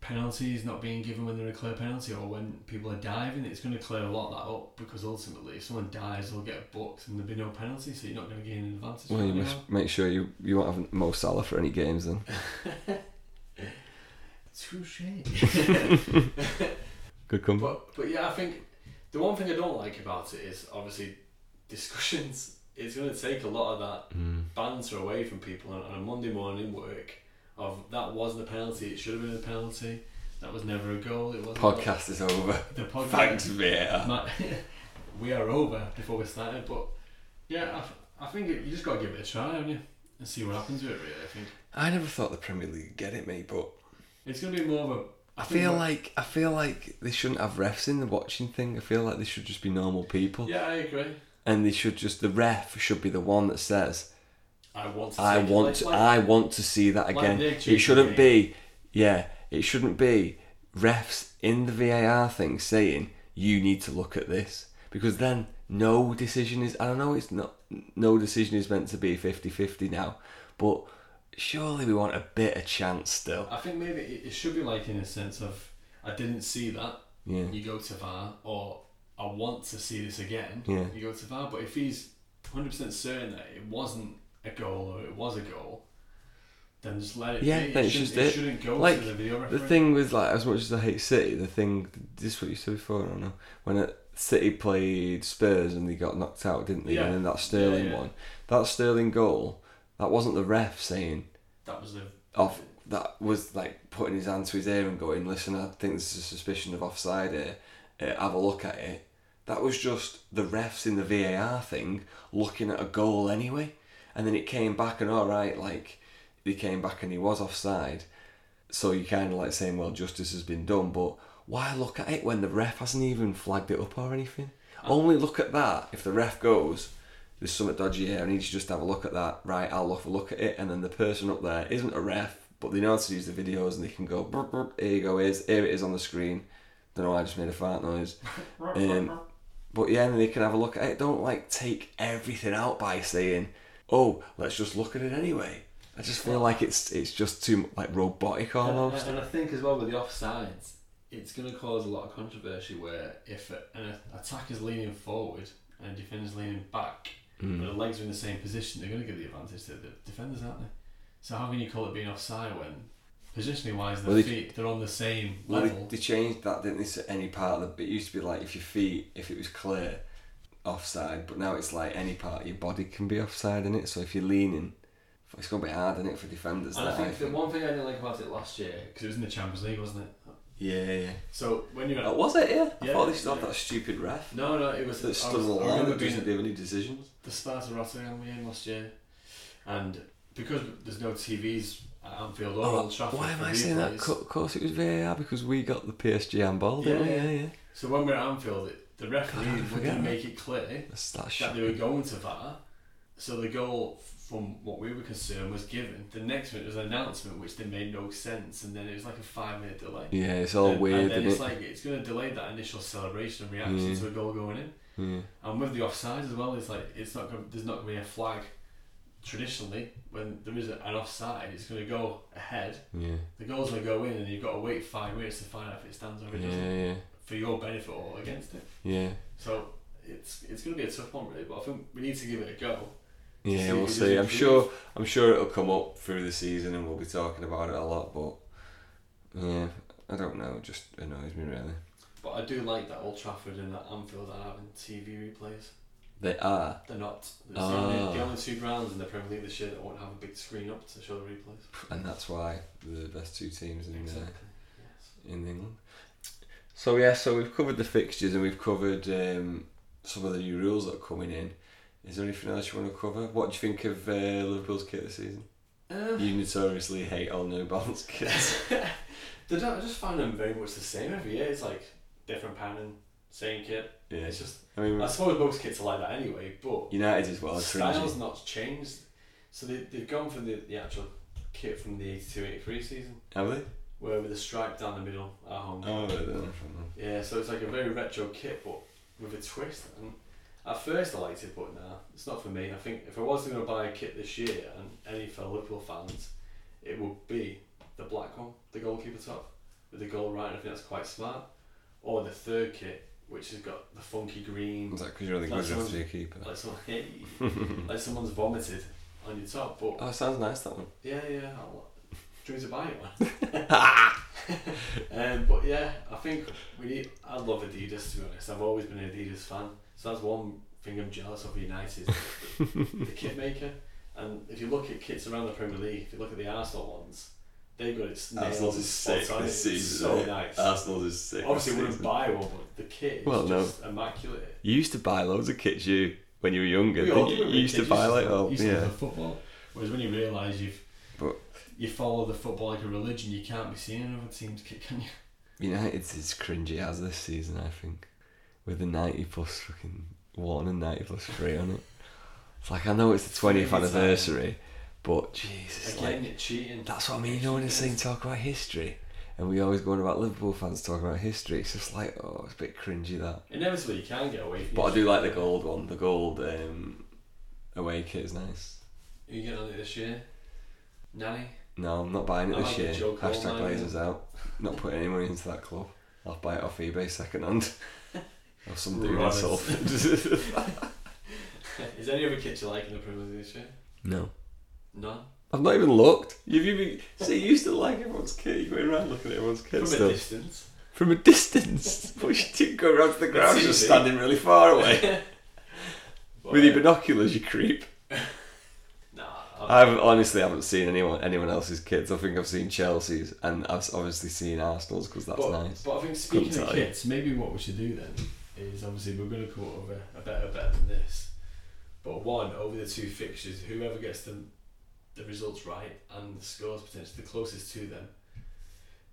C: penalties not being given when they're a clear penalty or when people are diving. It's going to clear a lot of that up because ultimately, if someone dives, they'll get booked and there'll be no penalty, so you're not going to gain an advantage.
B: Well, you
C: from it
B: must make sure you, you won't have Mo Salah for any games then.
C: now. Touche.
B: <laughs> Good comeback.
C: But but yeah, I think the one thing I don't like about it is obviously discussions. It's going to take a lot of that
B: Hmm.
C: banter away from people on, on a Monday morning work of that wasn't a penalty, it should have been a penalty, that was never a goal, it wasn't
B: Podcast is over. <laughs>
C: the podcast.
B: Thanks, VAR.
C: Ma- <laughs> we are over before we started, but yeah, I, th- I think it, you just got to give it a try, haven't you, and see what happens with it. Really, I think
B: I never thought the Premier League would get it, mate, but
C: it's going to be more of a.
B: I feel
C: think-
B: like I feel like they shouldn't have refs in the watching thing. I feel like they should just be normal people.
C: Yeah, I agree.
B: and they should just the ref should be the one that says
C: I want. To
B: I
C: take-
B: want
C: like-
B: to,
C: like-
B: I want to see that
C: like
B: again.
C: the
B: it
C: cheating
B: shouldn't be yeah, it shouldn't be refs in the VAR thing saying you need to look at this because then no decision is I don't know it's not no decision is meant to be 50-50 now, but surely we want a bit of chance still.
C: I think maybe it, it should be like in a sense of I didn't see that.
B: Yeah.
C: You go to VAR, or I want to see this again.
B: Yeah.
C: You go to VAR, but if he's hundred percent certain that it wasn't a goal or it was a goal, then just let it.
B: Yeah,
C: be.
B: then
C: it
B: it's
C: shouldn't-
B: just
C: it.
B: it.
C: shouldn't go
B: Like,
C: to the video referee.
B: The thing with like as much as I hate City, the thing this is what you said before. I don't know when uh City played Spurs and they got knocked out, didn't they?
C: Yeah.
B: And then that Sterling
C: Yeah, yeah.
B: one, that Sterling goal, that wasn't the ref saying
C: that was the
B: off. That was like putting his hand to his ear and going, "Listen, I think there's a suspicion of offside here. Uh, have a look at it." That was just the refs in the VAR thing looking at a goal anyway, and then it came back and all right, like they came back and he was offside. So you're kind of like saying, well, justice has been done, but why look at it when the ref hasn't even flagged it up or anything? Only look at that if the ref goes, there's something dodgy here, I need you just to have a look at that. Right, I'll have a look at it. And then the person up there isn't a ref, but they know how to use the videos and they can go, burp, burp, here you go, is here it is on the screen. Don't know why I just made a fart noise. Um, but yeah, and they can have a look at it. Don't like take everything out by saying, "Oh, let's just look at it anyway." I just feel like it's it's just too like robotic almost.
C: And, and I think as well with the offsides, it's going to cause a lot of controversy where if a- an attacker's leaning forward and a defender's leaning back,
B: Hmm.
C: but the legs are in the same position, they're going to give the advantage to the defenders, aren't they? So how can you call it being offside when positionally wise, their
B: Well, they-
C: feet they're on the same
B: Well, they,
C: <laughs> level?
B: they changed that, didn't they? To any part of the. It used to be like if your feet, if it was clear, offside. But now it's like any part of your body can be offside in it. So if you're leaning, it's gonna be hard in it for defenders.
C: and I
B: that,
C: think the one thing I didn't like about it last year because it was in the Champions League, wasn't it?
B: Yeah, yeah.
C: So when you're at
B: Uh, was it? Yeah. I
C: Yeah,
B: thought they still had
C: yeah.
B: that stupid ref
C: no, no, it was.
B: that
C: I,
B: stood
C: was,
B: on the
C: I
B: line
C: remember
B: that
C: being
B: doesn't
C: at
B: do any decisions.
C: the Sparta Rotterdam game last year, and because there's no TVs at Anfield or Old Trafford,
B: Oh, Why am
C: for
B: I saying that?
C: replays,
B: Co- Of course, it was VAR because we got the PSG handball, didn't
C: Yeah.
B: we? Yeah, yeah.
C: So when we were at Anfield, it, the referee
B: God, I forget
C: wouldn't make it clear
B: That's that
C: that
B: shit.
C: they were going to VAR. So the goal, from what we were concerned, was given. The next minute was an announcement which then made no sense, and then it was like a five minute delay.
B: Yeah, it's all
C: and,
B: weird,
C: And then
B: isn't
C: it's
B: it? Mm.
C: like it's going to delay that initial celebration and reaction
B: Yeah.
C: to a goal going in.
B: yeah.
C: And with the offside as well, it's like it's not gonna, there's not going to be a flag. Traditionally, when there is an offside, it's going to go ahead.
B: Yeah.
C: The goal's going to go in, and you've got to wait five minutes to find out if it stands or if it doesn't,
B: Yeah, yeah,
C: for your benefit or against it.
B: yeah.
C: So it's it's going to be a tough one, really. But I think we need to give it a go.
B: Yeah,
C: See
B: we'll
C: if it
B: see. I'm
C: improves.
B: sure. I'm sure it'll come up through the season, and we'll be talking about it a lot. But yeah, I don't know. It just annoys me really.
C: But I do like that Old Trafford and that Anfield are having TV replays.
B: They are.
C: They're not. It's the, only,
B: Ah.
C: the only two grounds in the Premier League this year that won't have a big screen up to show the replays.
B: and that's why they're the best two teams in uh,
C: Exactly.
B: in England. So yeah, so we've covered the fixtures and we've covered um, some of the new rules that are coming in. Is there anything else you want to cover? What do you think of uh, Liverpool's kit this season?
C: Yes. Um,
B: You notoriously hate all New Balance kits. <laughs>
C: They don't, I just find them very much the same every year. It's like different pattern, same kit.
B: yeah,
C: It's just
B: I mean
C: I suppose most kits are like that anyway, but
B: United as well. are
C: style's
B: Cringy.
C: not changed. So they they've gone for the, the actual kit from the 82-83 season,
B: Have they?
C: where with a stripe down the middle at home.
B: Oh, they're not from them.
C: Yeah, so it's like a very retro kit, but with a twist. And at first I liked it, but nah, it's not for me. I think if I was going to buy a kit this year, and any fellow Liverpool fans, it would be the black one, the goalkeeper top, with the goal right. I think that's quite smart. Or the third kit, which has got the funky green,
B: Is that because you're only good
C: That's
B: enough
C: one.
B: to be a keeper?
C: like someone, <laughs> like someone's vomited on your top. But
B: <laughs> Oh, sounds nice that one.
C: yeah, yeah, I'll, do you want to buy it one?
B: <laughs>
C: <laughs> Um, but yeah, I think we need, I love Adidas to be honest. I've always been an Adidas fan, so that's one thing I'm jealous of United, the,
B: <laughs>
C: the kit maker. And if you look at kits around the Premier League, if you look at the Arsenal ones, they've got it nailed
B: Arsenal's is
C: spot
B: sick
C: on.
B: this
C: It's
B: season.
C: so
B: isn't it?
C: nice.
B: Arsenal's is sick.
C: Obviously,
B: this
C: we wouldn't
B: season.
C: buy one, but the kit is
B: Well, no.
C: just immaculate.
B: You used to buy loads of kits you when you were younger.
C: We all
B: didn't
C: do
B: you?
C: it,
B: you used to
C: kids.
B: buy like oh
C: used to
B: yeah.
C: love football. Whereas when you realise you've
B: But-
C: you follow the football like a religion, you can't be seeing another team's kit, can you?
B: United's as cringy as this season, I think, with the ninety plus fucking one and ninety plus three on it. It's like I know it's the twentieth
C: Every time.
B: anniversary, but Jesus, like
C: Again, you're cheating.
B: That's what I mean. You know when it's saying talk about history, and we always go on about Liverpool fans talking about history. It's just like oh, it's a bit cringy that.
C: Inevitably, you can get away from.
B: But I
C: it.
B: do like the gold one. The gold um, away kit is nice.
C: Are you getting on it this year? Nanny?
B: No, I'm not buying it
C: I
B: this
C: like the
B: year.
C: Joe Cole
B: Hashtag
C: line.
B: Blazers out. Not putting any money into that club. I'll buy it off eBay second hand.
C: <laughs>
B: or some dude
C: Right. <laughs>
B: myself.
C: <laughs> Is there any other kit you like in the Premier League this year?
B: no.
C: None.
B: I've not even looked. You've even see you used to like everyone's kit. You're going around looking at everyone's
C: From
B: kit
C: a
B: still
C: distance.
B: from a
C: <laughs>
B: distance. but you didn't go around to the ground. You're
C: easy.
B: just standing really far
C: <laughs>
B: away with your binoculars. You creep.
C: Nah.
B: I haven't, honestly haven't seen anyone anyone else's kits. I think I've seen Chelsea's and I've obviously seen Arsenal's because that's
C: but,
B: nice.
C: But I think speaking
B: Couldn't
C: of
B: tell you.
C: kits, maybe what we should do then is obviously we're going to come up with a, a better bet than this. But one, over the two fixtures, whoever gets the, the results right and the scores potentially the closest to them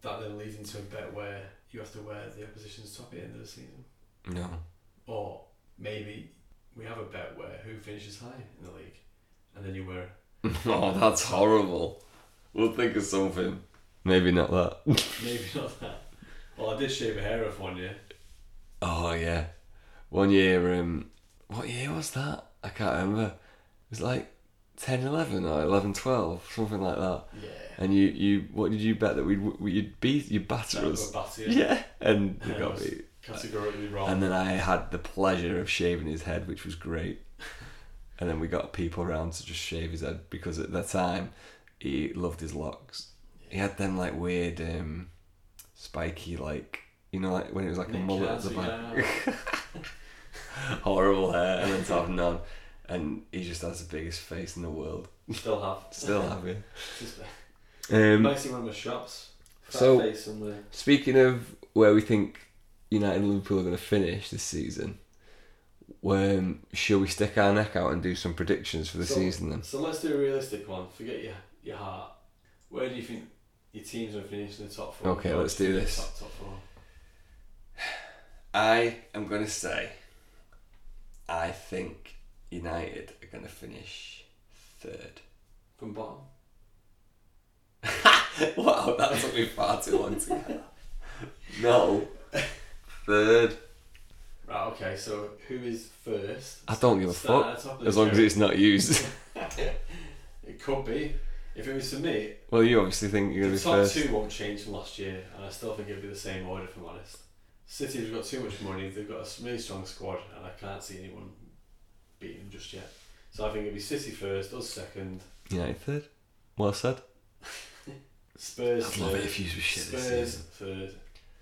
C: That then leads into a bit where you have to wear the opposition's top at the end of the season.
B: No.
C: Or maybe we have a bet where who finishes high in the league, and then you wear
B: <laughs>
C: <laughs>
B: oh, that's horrible. We'll think of something. Maybe not that. <laughs>
C: maybe not that. Well, I did shave a hair off one year.
B: Oh yeah. One year, um, what year was that? I can't remember. It was like 10, 11 or 11, 12, something like that.
C: Yeah.
B: And you, you, what did you bet that we'd, we- you'd beat, you'd
C: That
B: batter
C: was
B: us?
C: Batty.
B: <laughs> Yeah. And we
C: That
B: got
C: was
B: beat.
C: Categorically wrong.
B: And then I had the pleasure of shaving his head, which was great. <laughs> And then we got people around to just shave his head because at that time he loved his locks. He had them like weird, um, spiky, like you know, like when it was like a
C: Nick
B: mullet at
C: Jazz,
B: the back.
C: yeah.
B: <laughs> horrible hair and then to have none. And he just has the biggest face in the world.
C: <laughs> Still have.
B: Still have it. <laughs>
C: Just a-
B: Um,
C: nice in one of the shops. Fat
B: So-
C: face on the
B: speaking of where we think United and Liverpool are going to finish this season, um, shall we stick our neck out and do some predictions for the
C: So-
B: season then?
C: So let's do a realistic one. Forget your your heart. Where do you think your team's gonna finish in the top four?
B: Okay, let's do this.
C: Top, top four.
B: I am going to say, I think United are going to finish third. <laughs>
C: From bottom.
B: wow, that took me far too long to get. <laughs> No, third.
C: Right. Okay. So who is first?
B: I don't give a
C: Start
B: fuck
C: at the top of the
B: as long as
C: table.
B: it's not <laughs> used.
C: It could be. If it was to me,
B: Well, you obviously think you're
C: the
B: going
C: top
B: to be first.
C: two won't change from last year, and I still think it'll be the same order. If I'm honest, City's got too much money. They've got a really strong squad, and I can't see anyone beating them just yet. So I think it'll be City first, us second, <laughs>
B: United third. Well said.
C: Spurs
B: I'd love
C: third,
B: it if you was shit this
C: Spurs
B: season.
C: third,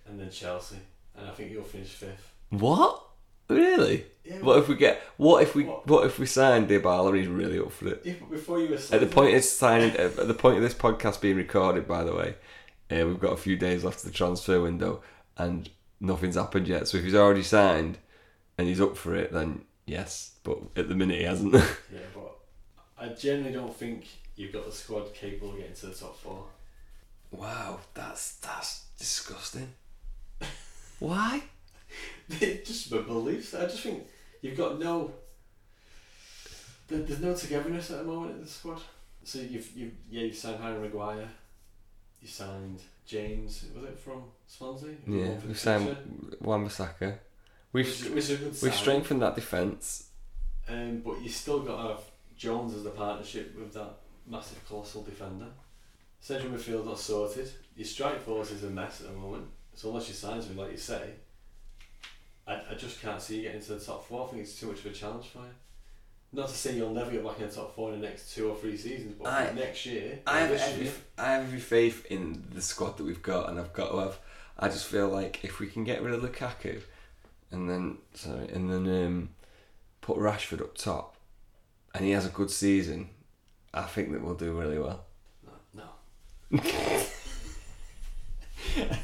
C: and then Chelsea. And I think you'll finish fifth.
B: What? Really?
C: Yeah.
B: What if we get? What if we?
C: What?
B: What, if we sign Dybala? He's really up for it.
C: If, before you were
B: At the point it's signing, at the point of this podcast being recorded, by the way, uh, we've got a few days left of the transfer window, and nothing's happened yet. So if he's already signed, and he's up for it, then yes. But at the minute he hasn't. <laughs>
C: yeah, but I generally don't think you've got the squad capable of getting to the top four.
B: wow, that's that's disgusting. Why?
C: It's <laughs> just my beliefs. I just think you've got no. there- There's no togetherness at the moment in the squad. So you've you yeah you signed Harry Maguire, you signed James. Was it from Swansea? Who
B: Yeah,
C: won for the
B: we've signed
C: future?
B: Wan-Bissaka. We've
C: Which is- which is a good
B: we've
C: sign.
B: strengthened that defence.
C: Um, but you still got to have Jones as the partnership with that massive colossal defender. Central midfield not sorted. Your strike force is a mess at the moment. So unless you sign something like you say, I, I just can't see you getting to the top four. I think it's too much of a challenge for you. Not to say you'll never get back in the top four in the next two or three seasons, but
B: I-
C: next year,
B: I
C: or
B: have
C: this
B: every
C: year,
B: I have every faith in the squad that we've got, and I've got to have. I just feel like if we can get rid of Lukaku, and then sorry, and then um, put Rashford up top, and he has a good season, I think that we'll do really well.
C: no.
B: <laughs>
C: <laughs> But-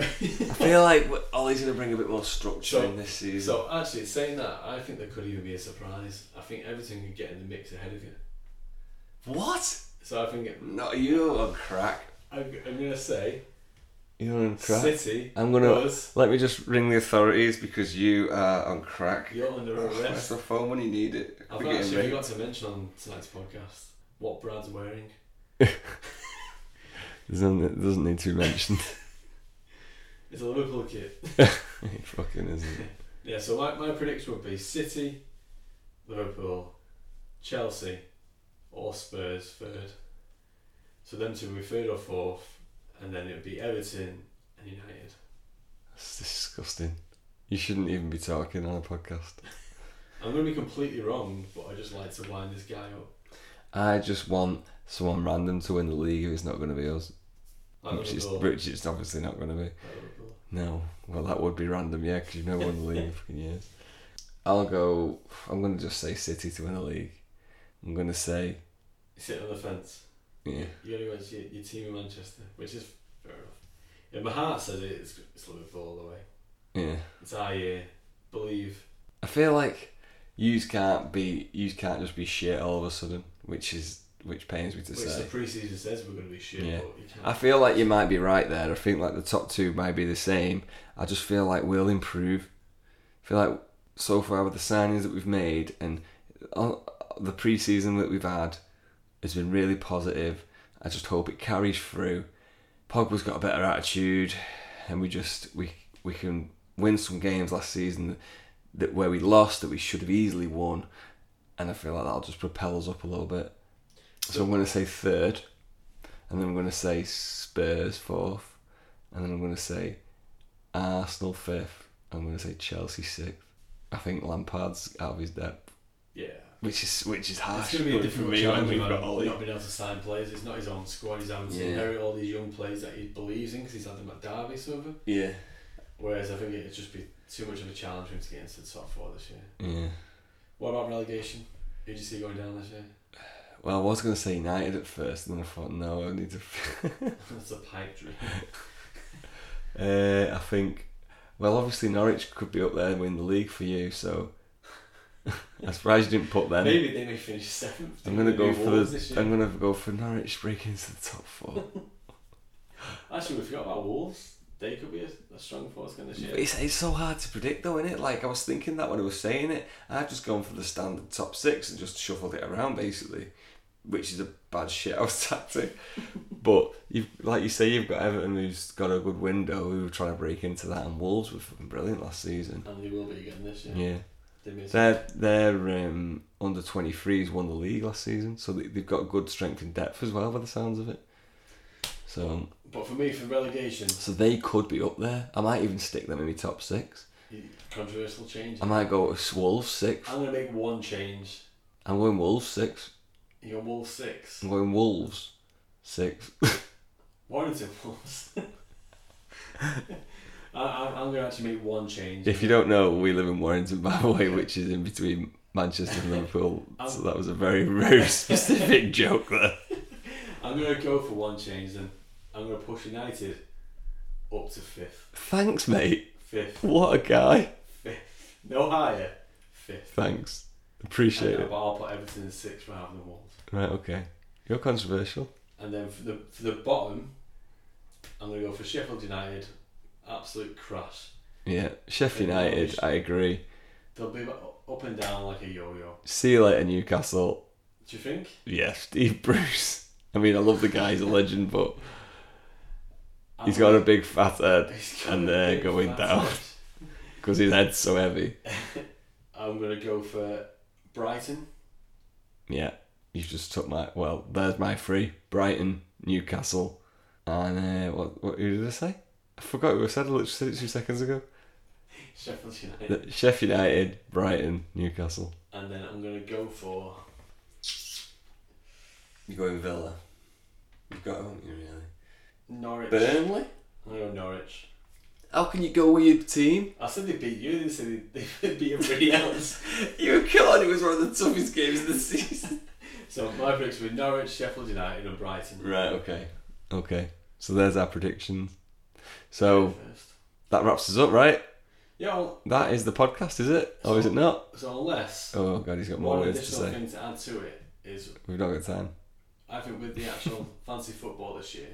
B: I <laughs> feel like we- Ollie's going to bring a bit more structure
C: So-
B: in this season.
C: So actually, saying that, I think there could even be a surprise. I think everything could get in the mix ahead of you.
B: what?
C: So I think it,
B: No, you're on crack.
C: I'm, I'm gonna say
B: You're on crack.
C: City.
B: I'm gonna
C: Buzz.
B: let me just ring the authorities because you are on crack.
C: You're under
B: Where's
C: arrest.
B: the phone when you need it?
C: I've
B: We're getting
C: actually
B: ready.
C: forgot to mention on tonight's podcast what Brad's wearing.
B: There's nothing that doesn't need to be mentioned. <laughs>
C: It's a Liverpool kit.
B: it fucking isn't.
C: Yeah. So my, my prediction would be City, Liverpool, Chelsea, or Spurs third. So them two would be third or fourth, and then it would be Everton and United.
B: It's disgusting. You shouldn't even be talking on a podcast.
C: I'm gonna be completely wrong, but I just like to wind this guy up.
B: I just want someone random to win the league if it's not going to be us.
C: Like
B: Which, is,
C: Liverpool.
B: which it's obviously not going to be.
C: Like Liverpool.
B: No. Well, that would be random, yeah, because you've never won the league in fucking years. I'll go. I'm going to just say City to win the league. I'm going to say.
C: You sit on the fence.
B: Yeah.
C: You only went to your, your team in Manchester, which is fair enough. Yeah, my heart says it, it's, it's Liverpool all the way.
B: Yeah.
C: It's our year. Believe.
B: I feel like yous can't be yous can't just be shit all of a sudden, which is which pains me to
C: Which
B: say.
C: the preseason says we're going to be shit,
B: Yeah.
C: but you can't.
B: I feel like you might be right there. I think like the top two might be the same. I just feel like we'll improve. I feel like so far with the signings that we've made and all- the preseason that we've had has been really positive. I just hope it carries through. Pogba's got a better attitude, and we just we we can win some games last season that where we lost that we should have easily won, and I feel like that'll just propel us up a little bit. So I'm going to say third, and then I'm going to say Spurs fourth, and then I'm going to say Arsenal fifth. I'm going to say Chelsea sixth. I think Lampard's out of his depth,
C: yeah.
B: which is which is
C: It's
B: harsh.
C: going to be a
B: but
C: different
B: for me when
C: challenge,
B: we've
C: man.
B: got Ollie.
C: Not being able to sign players. It's not his own squad. He's having to
B: Yeah.
C: inherit all these young players that he believes in because he's had them at Derby, so of.
B: Yeah,
C: Whereas I think it'd just be too much of a challenge for him to get into the top four this year.
B: yeah.
C: What about relegation? Who do you see going down this year?
B: Well, I was going to say United at first, and then I thought, no, I need to.
C: <laughs>
B: <laughs>
C: That's a pipe dream.
B: Uh, I think, well, obviously Norwich could be up there and win the league for you, so <laughs> I'm surprised you didn't put them.
C: Maybe they may finish seventh.
B: I'm gonna
C: They
B: go
C: may
B: for
C: Wolves
B: the.
C: this year.
B: I'm gonna go for Norwich breaking into the top four.
C: Actually, we forgot about Wolves. They could be a, a strong force again this year.
B: It's, it's so hard to predict though, isn't it? Like I was thinking that when I was saying it, I've just gone for the standard top six and just shuffled it around basically, which is a bad shit <laughs> house tactic. but you, like you say, you've got Everton who's got a good window who were trying to break into that, and Wolves were fucking brilliant last season.
C: And they will be again this year.
B: Yeah,
C: They may
B: their their um, under twenty threes won the league last season, so they, they've got good strength and depth as well by the sounds of it. So
C: But for me, for relegation,
B: so they could be up there. I might even stick them in my top six.
C: controversial change.
B: I
C: I'm,
B: might go with Wolves six.
C: going to make one change.
B: I'm going Wolves six.
C: You're Wolves six.
B: I'm going Wolves six. <laughs>
C: Warrington Wolves. <laughs> I, I'm, I'm going to actually make one change.
B: if you don't know, we live in Warrington, by the way, which is in between Manchester <laughs> and Liverpool. So that was a very, very <laughs> specific joke there.
C: I'm going to go for one change then. I'm going to push United up to fifth.
B: Thanks, mate.
C: Fifth.
B: What a guy.
C: Fifth. No higher. Fifth.
B: Thanks. Appreciate
C: And-
B: it.
C: But I'll put everything in sixth rather than Wolves.
B: Right, okay. You're controversial.
C: And then for the, for the bottom, I'm going to go for Sheffield United. Absolute crash.
B: Yeah. Sheffield United, I agree.
C: They'll be up and down like a yo yo.
B: See you later, Newcastle.
C: Do you think?
B: Yeah, Steve <laughs> Bruce. I mean, I love the guy, he's a legend, but he's
C: I'm
B: got a
C: gonna-
B: big fat head
C: <laughs> he's got
B: and
C: a
B: they're
C: big
B: going
C: fat
B: down
C: head.
B: because his head's so heavy.
C: I'm going to go for Brighton.
B: Yeah, you just took my well. There's my three: Brighton, Newcastle, and uh, what? What who did I say? I forgot who I said. I literally said it two seconds ago.
C: Sheffield United.
B: The- Sheffield United, Brighton, Newcastle.
C: And then I'm going to go for.
B: You're going Villa. You've got, haven't you, really?
C: Norwich.
B: Burnley.
C: I'm going to go Norwich.
B: How can you go with your team? <laughs>
C: I said they beat you, they didn't say they, they <laughs> beat everybody else.
B: You were God, it was one of the toughest games of the season.
C: so my picks were Norwich, Sheffield United, and Brighton.
B: <laughs> Right. Okay. Okay. So there's our predictions. So
C: First.
B: that wraps us up, right?
C: Yeah, well,
B: That is the podcast, is it? Or is it not?
C: so unless.
B: Oh God, he's got more
C: One
B: words to
C: additional
B: say.
C: thing to add to it is
B: We've not got time.
C: I think with the
B: <laughs>
C: actual fancy football this year,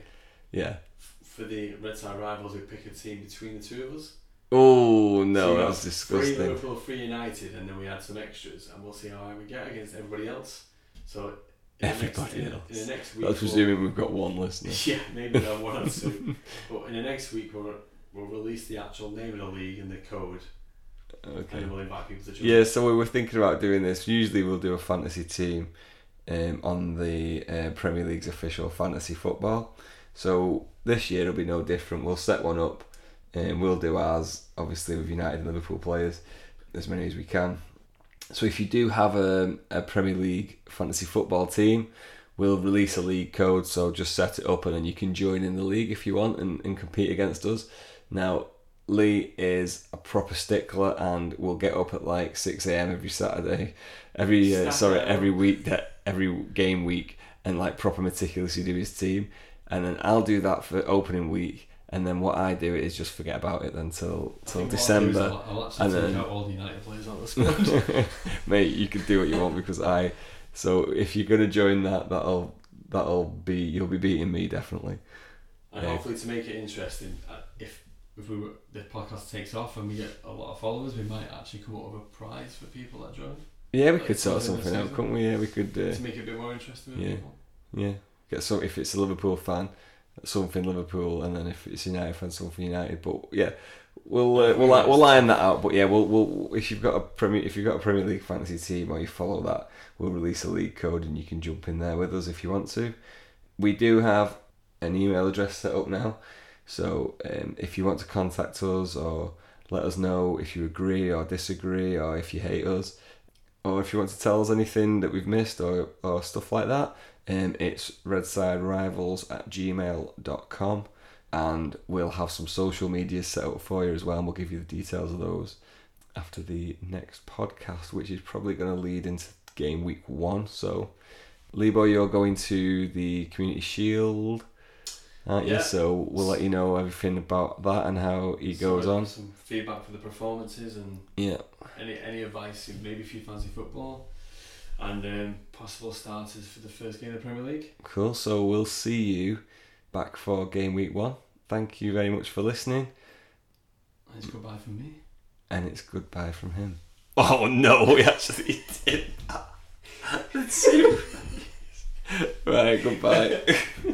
B: Yeah.
C: f- for the red tie rivals, we pick a team between the two of us.
B: Oh no,
C: So
B: that
C: you
B: was
C: have Three
B: disgusting.
C: Liverpool, three United, and then we add some extras, and we'll see how high we get against everybody else. So in
B: Everybody
C: the next,
B: else.
C: In, in the next week,
B: That's
C: we'll-
B: presuming we've got one listener.
C: <laughs> yeah, maybe we'll have one or
B: <laughs>
C: two. But in the next week, we'll we'll release the actual name of the league and the code, and
B: Okay.
C: then we'll invite people to join.
B: Yeah, so we were thinking about doing this. Usually, we'll do a fantasy team um, on the uh, Premier League's official fantasy football. So this year it'll be no different. We'll set one up, and we'll do ours obviously with United and Liverpool players, as many as we can. So if you do have a, a Premier League fantasy football team, we'll release a league code. So just set it up, and then you can join in the league if you want and, and compete against us. Now Lee is a proper stickler and will get up at like six a.m. every Saturday, every uh, sorry
C: Saturday.
B: every week that every game week and like proper meticulously do his team, and then I'll do that for opening week. And then what I do is just forget about it then till
C: I
B: till
C: think what I'll do is
B: December.
C: I'll, I'll actually
B: and
C: take
B: then- <laughs>
C: out all the United players on the squad.
B: Mate, you can do what you want because I So if you're gonna join that, that'll that'll be you'll be beating me definitely.
C: And
B: Yeah.
C: hopefully to make it interesting, uh, if if we were, the podcast takes off and we get a lot of followers, we might actually come up with a prize for people that join
B: Yeah, we
C: Like
B: could sort
C: something in the
B: something out,
C: season.
B: couldn't we? Yeah, we could. Uh,
C: to make it a bit more interesting. For
B: Yeah.
C: people.
B: yeah, get some if it's a Liverpool fan, something Liverpool, and then if it's United fan, something United. But yeah, we'll uh, we'll li- we'll line that out. But yeah, we'll, we'll if you've got a Premier if you've got a Premier League fantasy team or you follow that, we'll release a league code and you can jump in there with us if you want to. We do have an email address set up now, so um, if you want to contact us or let us know if you agree or disagree or if you hate us. Or if you want to tell us anything that we've missed or, or stuff like that, um, it's redsiderivals at gmail.com and we'll have some social media set up for you as well and we'll give you the details of those after the next podcast which is probably going to lead into game week one so Lebo you're going to the community shield aren't
C: Yeah.
B: you so we'll let you know everything about that and how he
C: So
B: goes on
C: Some feedback for the performances and
B: yeah
C: any any advice, maybe if you fancy football, and um, possible starters for the first game of the Premier League.
B: Cool. So we'll see you back for game week one. Thank you very much for listening.
C: And it's goodbye from me.
B: And it's goodbye from him. Oh no, <laughs> we actually <laughs> did that. right, goodbye.